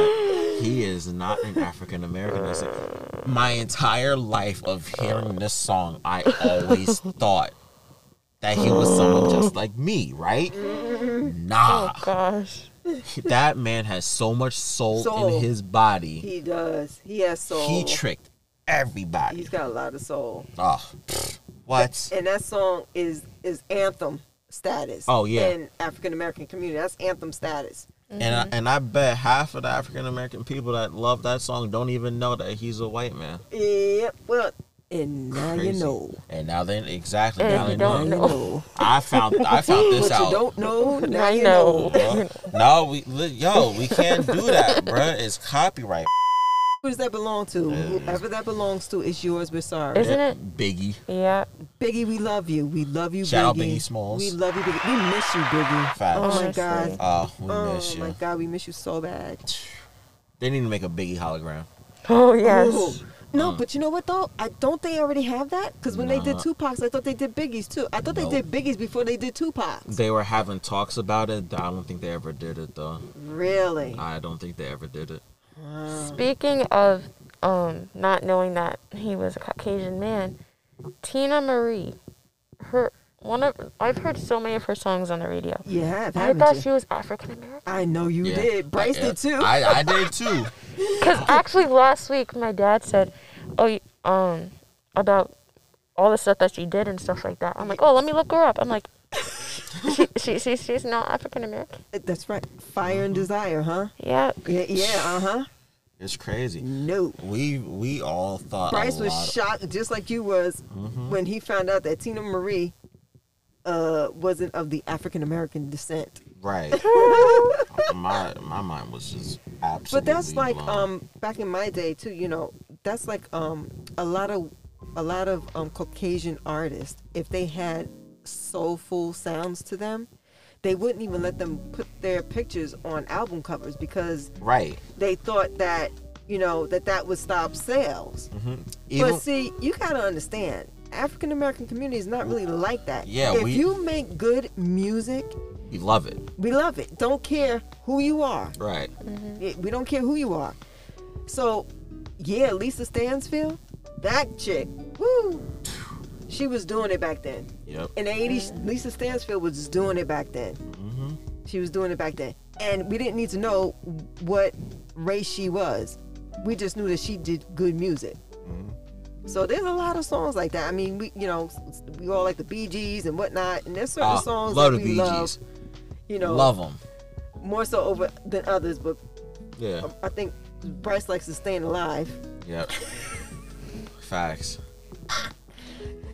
Speaker 1: He is not an African American. That's it. My entire life of hearing this song, I always thought that he was someone just like me, right? Nah.
Speaker 3: Gosh.
Speaker 1: that man has so much soul,
Speaker 2: Soul.
Speaker 1: in his body.
Speaker 2: he does. He has soul.
Speaker 1: He tricked everybody.
Speaker 2: He's got a lot of soul.
Speaker 1: oh, pfft, what?
Speaker 2: And that song is is anthem status.
Speaker 1: Oh, yeah.
Speaker 2: In African American community, that's anthem status.
Speaker 1: And I, and I bet half of the African American people that love that song don't even know that he's a white man.
Speaker 2: Yeah. Well, And now you
Speaker 1: Crazy.
Speaker 2: know.
Speaker 1: And now then, exactly.
Speaker 3: And
Speaker 1: now
Speaker 3: you
Speaker 1: they
Speaker 2: Now
Speaker 3: don't
Speaker 1: know.
Speaker 2: you
Speaker 3: know.
Speaker 2: know.
Speaker 1: I found I found this
Speaker 2: What
Speaker 1: out.
Speaker 2: you don't know, now
Speaker 3: I
Speaker 2: you
Speaker 3: know.
Speaker 2: know.
Speaker 1: bruh. no, we li- yo, we can't do that, bruh. It's copyright.
Speaker 2: Who does that belong to? Whoever that belongs to is yours. We're sorry.
Speaker 3: Isn't it?
Speaker 1: Biggie?
Speaker 3: Yeah.
Speaker 2: Biggie, we love you. We love you,
Speaker 1: Shout out
Speaker 2: Biggie.
Speaker 1: Biggie Smalls.
Speaker 2: We love you, Biggie. We miss you, Biggie.
Speaker 1: Facts.
Speaker 2: Oh my
Speaker 3: Honestly.
Speaker 2: God.
Speaker 1: Oh, we
Speaker 2: Oh
Speaker 1: miss you.
Speaker 2: my God, we miss you so bad.
Speaker 1: They need to make a Biggie hologram.
Speaker 3: Oh yes.
Speaker 2: Ooh.
Speaker 1: Uh.
Speaker 2: No, but you know what though? I don't they already have that? Because when they did Tupac's, I thought they did Biggie's too. I thought
Speaker 1: No.
Speaker 2: they did Biggie's before they did Tupac's.
Speaker 1: They were having talks about it. I don't think they ever did it though.
Speaker 2: Really?
Speaker 1: I don't think they ever did it.
Speaker 3: Speaking of um not knowing that he was a Caucasian man, Tina Marie, her one of I've heard so many of her songs on the radio.
Speaker 2: You have,
Speaker 3: I
Speaker 2: haven't
Speaker 3: thought
Speaker 2: you?
Speaker 3: she was African American.
Speaker 2: I know you
Speaker 1: Yeah.
Speaker 2: did. Bryce
Speaker 1: I-
Speaker 2: did too.
Speaker 1: I, I did too.
Speaker 3: Because actually, last week my dad said, "Oh, you- um, about all the stuff that she did and stuff like that." I'm like, "Oh, let me look her up." I'm like, "She, she, she she's not African American."
Speaker 2: That's right. Fire
Speaker 1: Mm-hmm.
Speaker 2: and desire, huh?
Speaker 3: Yeah,
Speaker 2: Yeah, yeah uh huh.
Speaker 1: It's crazy.
Speaker 2: No.
Speaker 1: We we all thought
Speaker 2: Bryce
Speaker 1: a lot Mm-hmm.
Speaker 2: was shocked, just like you was, when he found out that Tina Marie uh, wasn't of the African American descent.
Speaker 1: right. my my mind was just absolutely.
Speaker 2: But that's like
Speaker 1: blown.
Speaker 2: um back in my day too, you know, that's like um a lot of a lot of um Caucasian artists, if they had soulful sounds to them, they wouldn't even let them put their pictures on album covers because
Speaker 1: right.
Speaker 2: they thought that, you know, that that would stop sales.
Speaker 1: Even-
Speaker 2: but see, you gotta understand, African American community is not really like that.
Speaker 1: Yeah,
Speaker 2: if
Speaker 1: we-
Speaker 2: you make good music,
Speaker 1: we love it.
Speaker 2: we love it. Don't care who you are.
Speaker 1: Right.
Speaker 2: Yeah, We don't care who you are. So, yeah, Lisa Stansfield, that chick, woo, she was doing it back then.
Speaker 1: Yep.
Speaker 2: In the 80s, Lisa Stansfield was doing it back then.
Speaker 1: Mm-hmm.
Speaker 2: She was doing it back then. And we didn't need to know what race she was. We just knew that she did good music.
Speaker 1: Mm-hmm.
Speaker 2: So there's a lot of songs like that. I mean, we you know we all like the Bee Gees and whatnot, and there's certain
Speaker 1: Ah,
Speaker 2: songs
Speaker 1: love
Speaker 2: that
Speaker 1: the
Speaker 2: we
Speaker 1: Bee
Speaker 2: love.
Speaker 1: Gees.
Speaker 2: You know,
Speaker 1: Love them.
Speaker 2: more so over than others, but
Speaker 1: Yeah.
Speaker 2: I think Bryce likes to staying alive,
Speaker 1: Yep. Facts.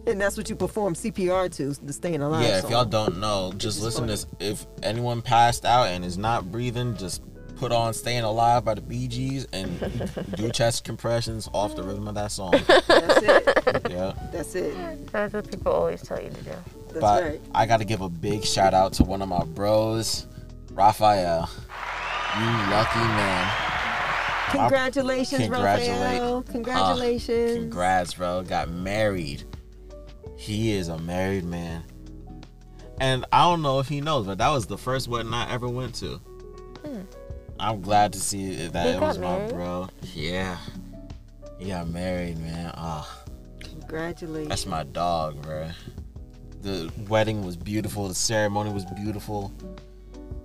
Speaker 2: and that's what you perform CPR to, the staying alive.
Speaker 1: Yeah, if
Speaker 2: song.
Speaker 1: y'all don't know, just listen to this. If anyone passed out and is not breathing, just put on Staying Alive by the Bee Gees and do chest compressions off the rhythm of that song.
Speaker 2: that's it.
Speaker 1: Yeah.
Speaker 2: That's it.
Speaker 3: that's what people always tell you to do.
Speaker 2: That's
Speaker 1: but
Speaker 2: right.
Speaker 1: I got to give a big shout out to one of my bros, Raphael. You lucky man.
Speaker 2: Congratulations,
Speaker 1: Congratulate- Ah,
Speaker 2: Raphael. Congratulations.
Speaker 1: Congrats, bro. Got married. He is a married man. And I don't know if he knows, but that was the first wedding I ever went to. I'm glad to see that
Speaker 3: Hmm. He
Speaker 1: it
Speaker 3: got
Speaker 1: was my
Speaker 3: married?
Speaker 1: bro. Yeah. He got married, man. Ah.
Speaker 2: Congratulations.
Speaker 1: That's my dog, bro. The wedding was beautiful. The ceremony was beautiful.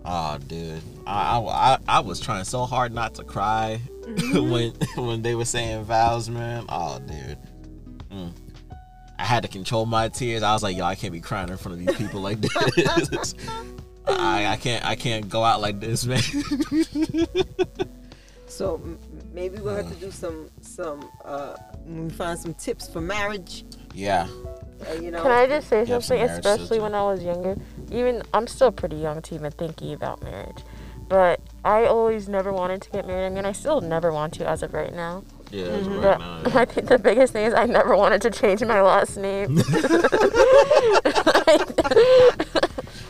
Speaker 1: Oh, dude, I, I, I, I was trying so hard not to cry when when they were saying vows, man. Oh, dude, Mm. I had to control my tears. I was like, yo, I can't be crying in front of these people like this. I, I can't I can't go out like this, man.
Speaker 2: So m- maybe we'll have to do some some uh, when we find some tips for marriage.
Speaker 1: yeah,
Speaker 2: Uh, you know,
Speaker 3: Can I just say
Speaker 1: You have some
Speaker 3: something?
Speaker 1: marriage
Speaker 3: Especially
Speaker 1: tips,
Speaker 3: when I was younger, even I'm still pretty young to even thinking about marriage, but I always never wanted to get married. I mean, I still never want to as of right now.
Speaker 1: yeah, it's
Speaker 2: Mm-hmm.
Speaker 1: right
Speaker 3: But
Speaker 1: now,
Speaker 3: I think the biggest thing is I never wanted to change my last name.
Speaker 1: yeah.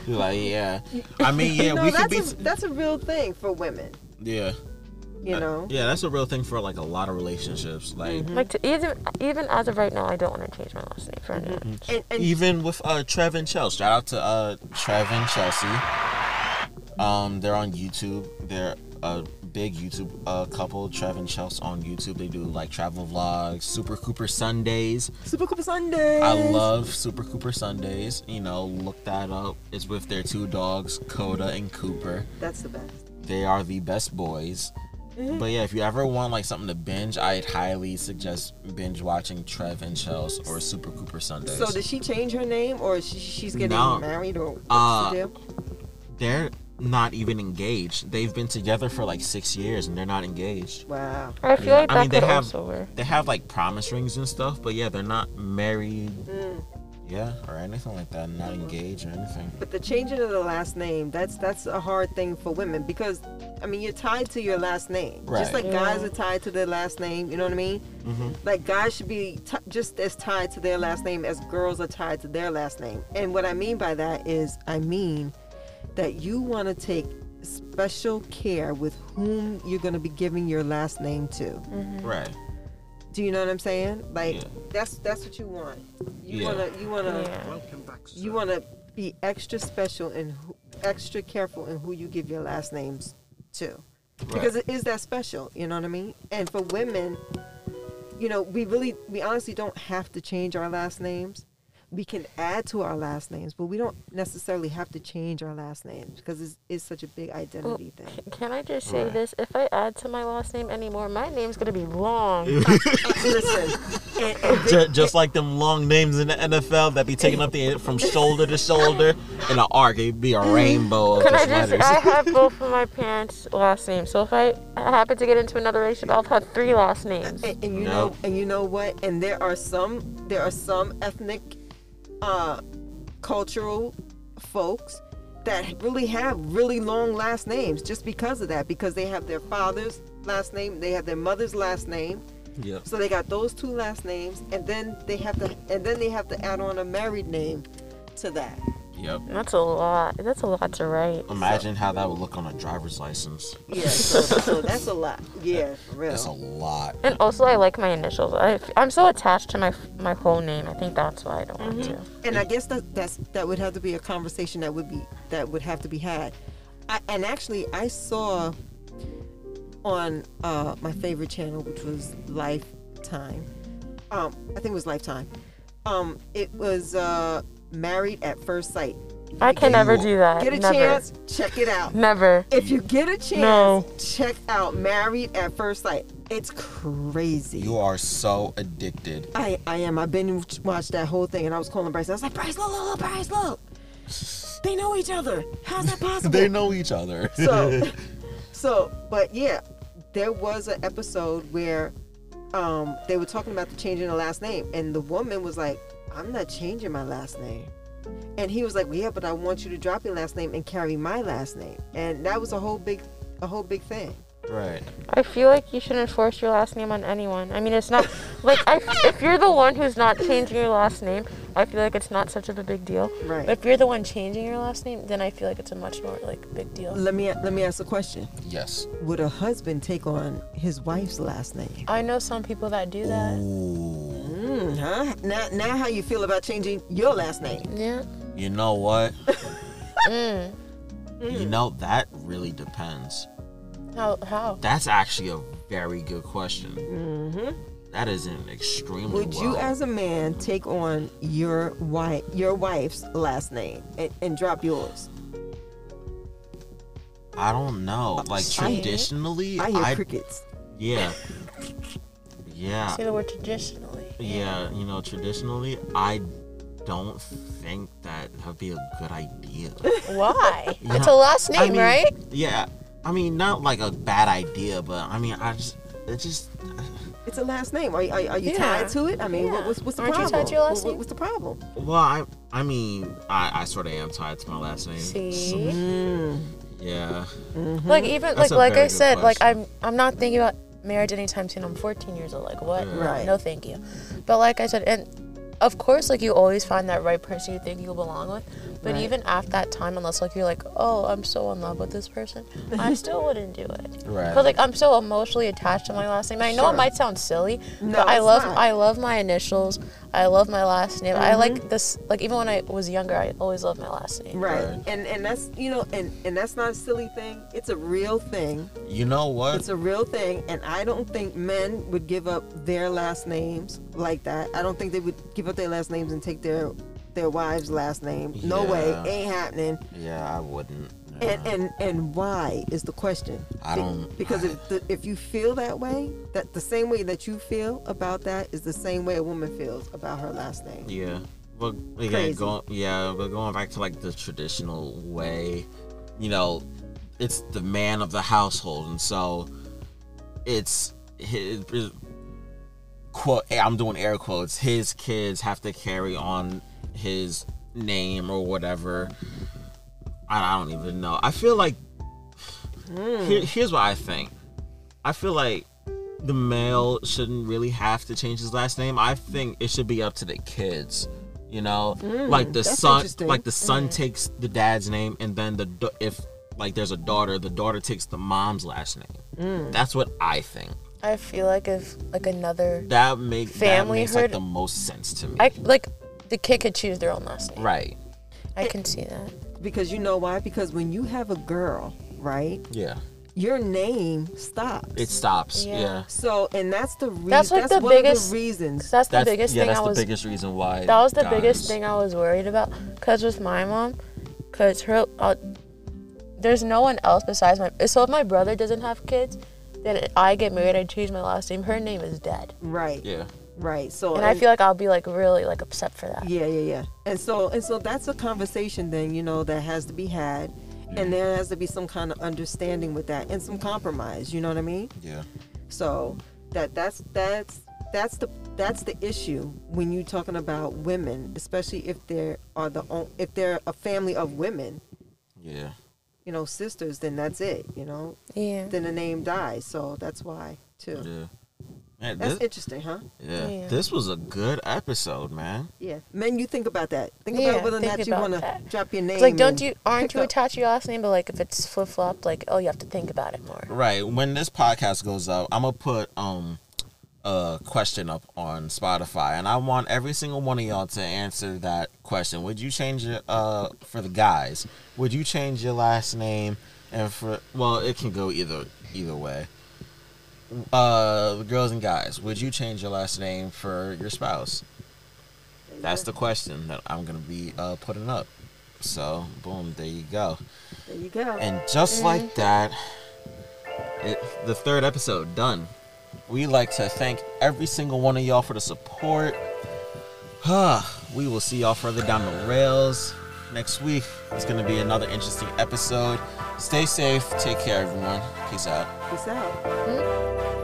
Speaker 1: Like, yeah. I mean, yeah,
Speaker 2: no,
Speaker 1: we could
Speaker 2: that's
Speaker 1: be.
Speaker 2: a, that's a real thing for women.
Speaker 1: yeah.
Speaker 2: You know,
Speaker 1: Uh, Yeah, that's a real thing for like a lot of relationships. Like
Speaker 3: Like to even even as of right now, I don't want to change my last name for anyone.
Speaker 2: and, and
Speaker 1: even with uh Trev and Chelsea. Shout out to uh Trev and Chelsea. Um, they're on YouTube. They're a big YouTube uh, couple, Trev and Chelsea on YouTube. They do like travel vlogs, Super Cooper Sundays.
Speaker 2: Super Cooper Sunday.
Speaker 1: I love Super Cooper Sundays. You know, look that up. It's with their two dogs, Coda and Cooper
Speaker 2: That's the best.
Speaker 1: they are the best boys.
Speaker 3: Mm-hmm.
Speaker 1: But yeah, if you ever want like something to binge, I'd highly suggest binge watching Trev and Chels or Super Cooper Sundays.
Speaker 2: So did she change her name, or is she, she's getting
Speaker 1: No.
Speaker 2: married, or what's
Speaker 1: Uh,
Speaker 2: the deal?
Speaker 1: they're not even engaged. They've been together for like six years and they're not engaged.
Speaker 2: Wow.
Speaker 3: I feel like that
Speaker 1: I mean, they
Speaker 3: could
Speaker 1: have
Speaker 3: also work.
Speaker 1: they have like promise rings and stuff, but yeah, they're not married.
Speaker 3: Mm.
Speaker 1: Yeah, or anything like that. Not engaged or anything.
Speaker 2: But the changing of the last name, that's that's a hard thing for women because I mean you're tied to your last name. Just
Speaker 1: Right.
Speaker 2: like guys are tied to their last name, you know what I mean? Like guys should be t- just as tied to their last name as girls are tied to their last name. And what I mean by that is I mean that you want to take special care with whom you're going to be giving your last name to.
Speaker 3: Mm.
Speaker 1: Right.
Speaker 2: Do you know what I'm saying? Like
Speaker 1: Yeah.
Speaker 2: that's that's what you want. You
Speaker 1: Yeah.
Speaker 2: want to you want to
Speaker 3: Yeah.
Speaker 2: you want to be extra special and who, extra careful in who you give your last names to because it is that special you know what i mean and for women you know we really we honestly don't have to change our last names we can add to our last names but we don't necessarily have to change our last names because it's, it's such a big identity thing
Speaker 3: Can I just say this? If I add to my last name anymore, my name's gonna be long.
Speaker 2: listen and, and thi-
Speaker 1: Just, just like them long names in the NFL that be taking up the from shoulder to shoulder in an arc. It'd be a rainbow of
Speaker 3: Can I just?
Speaker 1: just letters.
Speaker 3: I have both of my parents' last names, so if I happen to get into another relationship, I'll have three last names.
Speaker 2: and, and you
Speaker 1: Nope.
Speaker 2: know and you know what and there are some there are some ethnic uh cultural folks that really have really long last names just because of that because they have their father's last name they have their mother's last name
Speaker 1: Yep.
Speaker 2: so they got those two last names and then they have to and then they have to add on a married name to that
Speaker 1: Yep.
Speaker 3: That's a lot. That's a lot to write.
Speaker 1: Imagine how that would look on a driver's license.
Speaker 2: yeah so, so that's a lot yeah for real
Speaker 1: That's a lot.
Speaker 3: And also, I like my initials. I, I'm so attached to my my whole name. I think that's why I don't want to.
Speaker 2: and I guess that that's that would have to be a conversation that would be that would have to be had. I, and actually, I saw on uh, my favorite channel, which was Lifetime. Um, I think it was Lifetime. Um, it was uh, Married at First Sight.
Speaker 3: I can never do that.
Speaker 2: Get a
Speaker 3: never.
Speaker 2: chance, check it out.
Speaker 3: Never.
Speaker 2: If you get a chance,
Speaker 3: No.
Speaker 2: check out Married at First Sight. It's crazy.
Speaker 1: You are so addicted.
Speaker 2: I, I am. I binge watched that whole thing, and I was calling Bryce. I was like, Bryce, look, look, look, Bryce, look. They know each other. How's that possible?
Speaker 1: They know each other.
Speaker 2: So, so, but yeah, there was an episode where um, they were talking about the changing the last name, and the woman was like, "I'm not changing my last name," and he was like, well, "Yeah, but I want you to drop your last name and carry my last name," and that was a whole big, a whole big thing.
Speaker 1: right.
Speaker 3: I feel like you shouldn't force your last name on anyone. I mean, it's not like I, if you're the one who's not changing your last name, I feel like it's not such of a big deal.
Speaker 2: Right.
Speaker 5: If you're the one changing your last name, then I feel like it's a much more like big deal.
Speaker 2: let me let me ask a question:
Speaker 1: Yes.
Speaker 2: Would a husband take on his wife's last name?
Speaker 5: I know some people that do that.
Speaker 1: Ooh.
Speaker 2: Mm, huh? Now, now, how you feel about changing your last name?
Speaker 3: Yeah.
Speaker 1: You know what?
Speaker 2: Mm.
Speaker 1: You know that really depends.
Speaker 5: How? How?
Speaker 1: That's actually a very good question. Mm-hmm. is an extremely.
Speaker 2: Would you,
Speaker 1: well-
Speaker 2: as a man, take on your wife, your wife's last name, and, and drop yours?
Speaker 1: I don't know. Like
Speaker 2: I hear-
Speaker 1: traditionally,
Speaker 2: I hear
Speaker 1: I
Speaker 2: crickets.
Speaker 1: yeah, yeah,
Speaker 5: Say the word traditionally.
Speaker 1: yeah. You know, traditionally, I don't think that would be a good idea.
Speaker 5: Why?
Speaker 1: Yeah.
Speaker 5: It's a last name,
Speaker 1: I mean,
Speaker 5: right?
Speaker 1: Yeah. I mean, not like a bad idea, but I mean, I just it just
Speaker 2: It's a last name. Are, are, are you
Speaker 5: Yeah.
Speaker 2: tied to it? I mean, what, what's, what's the
Speaker 5: Aren't you tied
Speaker 2: problem?
Speaker 5: to your last
Speaker 2: What- what-
Speaker 5: name?
Speaker 2: what's the problem?
Speaker 1: well, I I mean, I I sort of am tied to my last name.
Speaker 5: See.
Speaker 1: Yeah.
Speaker 5: Like even
Speaker 1: That's
Speaker 5: like
Speaker 1: a
Speaker 5: like
Speaker 1: very
Speaker 5: I
Speaker 1: good
Speaker 5: said, like
Speaker 1: question.
Speaker 5: I'm I'm not thinking about marriage anytime soon. I'm 14 years old. Like what? No,
Speaker 2: Right.
Speaker 5: No, thank you. But like I said, and of course, like you always find that right person you think you belong with. But even at that time, unless like you're like, oh, I'm so in love with this person, I still wouldn't do it.
Speaker 1: Right.
Speaker 5: But like I'm so emotionally attached to my last name. I know it might sound silly,
Speaker 2: No,
Speaker 5: but I
Speaker 2: it's
Speaker 5: love
Speaker 2: not.
Speaker 5: I love my initials. I love my last name. I like this. Like even when I was younger, I always loved my last name.
Speaker 2: Mm-hmm. Right.
Speaker 1: Right.
Speaker 2: And and that's you know, and and that's not a silly thing. It's a real thing.
Speaker 1: You know what?
Speaker 2: It's a real thing, and I don't think men would give up their last names like that. I don't think they would give up their last names and take their their wives' last name. No way,
Speaker 1: Yeah.
Speaker 2: ain't happening.
Speaker 1: yeah, I wouldn't.
Speaker 2: And, and and why is the question?
Speaker 1: I
Speaker 2: Be-
Speaker 1: don't-
Speaker 2: because if the, if you feel that way, that the same way that you feel about that is the same way a woman feels about her last name.
Speaker 1: Yeah. But again,
Speaker 2: Crazy.
Speaker 1: go, yeah, but going back to like the traditional way, you know, it's the man of the household, and so it's his, his quote. I'm doing air quotes. His kids have to carry on his name or whatever. I, I don't even know. I feel like
Speaker 5: Hmm.
Speaker 1: here, here's what I think. I feel like the male shouldn't really have to change his last name. I think it should be up to the kids. You know,
Speaker 5: Hmm,
Speaker 1: like the
Speaker 2: that's
Speaker 1: son,
Speaker 2: interesting.
Speaker 1: like the son takes the dad's name, and then the da- if like there's a daughter, the daughter takes the mom's last name.
Speaker 5: Hmm.
Speaker 1: That's what I think.
Speaker 5: I feel like if like another
Speaker 1: That makes
Speaker 5: Family
Speaker 1: that makes like
Speaker 5: heard-
Speaker 1: the most sense to me.
Speaker 5: I like the kid could choose their own last name.
Speaker 1: right?
Speaker 5: I can see that.
Speaker 2: Because you know why? Because when you have a girl, right,
Speaker 1: Yeah.
Speaker 2: your name stops.
Speaker 1: It stops.
Speaker 5: Yeah.
Speaker 1: Yeah.
Speaker 2: so, and that's the reason.
Speaker 5: That's, like, the
Speaker 2: one of
Speaker 5: biggest-
Speaker 2: the reasons.
Speaker 5: 'Cause that's,
Speaker 1: That's
Speaker 5: the biggest
Speaker 1: yeah.
Speaker 5: thing
Speaker 1: That's
Speaker 5: I
Speaker 1: the
Speaker 5: was
Speaker 1: biggest reason why.
Speaker 5: That was the biggest
Speaker 1: guys-
Speaker 5: thing I was worried about. Cause with my mom, cause her, uh, there's no one else besides my. So if my brother doesn't have kids, then I get married. I change my last name. Her name is Dead,
Speaker 2: Right,
Speaker 1: Yeah.
Speaker 2: right. So,
Speaker 5: and I feel like I'll be like really like upset for that.
Speaker 2: Yeah, yeah, yeah. And so and so that's a conversation then, you know, that has to be had. And there has to be some kind of understanding with that and some compromise, you know what I mean?
Speaker 1: Yeah.
Speaker 2: So that that's that's that's the that's the issue when you're talking about women, especially if they are the on- if they're a family of women,
Speaker 1: Yeah.
Speaker 2: you know, sisters, then that's it, you know.
Speaker 5: Yeah.
Speaker 2: Then the name dies. So that's why too.
Speaker 1: Yeah. Man,
Speaker 2: That's
Speaker 1: this,
Speaker 2: interesting, huh?
Speaker 1: yeah.
Speaker 5: Yeah.
Speaker 1: This was a good episode, man.
Speaker 2: Yeah. Men, you think about that. Think
Speaker 5: Yeah,
Speaker 2: about whether or
Speaker 5: think
Speaker 2: not you
Speaker 5: about
Speaker 2: want to
Speaker 5: that.
Speaker 2: drop your name.
Speaker 5: It's like, don't
Speaker 2: and
Speaker 5: you aren't
Speaker 2: pick
Speaker 5: you
Speaker 2: up.
Speaker 5: attached to your last name? But like, if it's flip flop, like, oh, you have to think about it more.
Speaker 1: Right. When this podcast goes up, I'm gonna put um a question up on Spotify, and I want every single one of y'all to answer that question. Would you change your uh for the guys? Would you change your last name? And for well, it can go either either way. Uh, girls and guys, would you change your last name for your spouse? That's the question that I'm gonna be uh putting up. So boom, there you go.
Speaker 2: There you go.
Speaker 1: And just like that, it, the third episode done. We like to thank every single one of y'all for the support. we will see y'all further down the rails next week. It's going to be another interesting episode. Stay safe. Take care, everyone. Peace out.
Speaker 2: Peace out.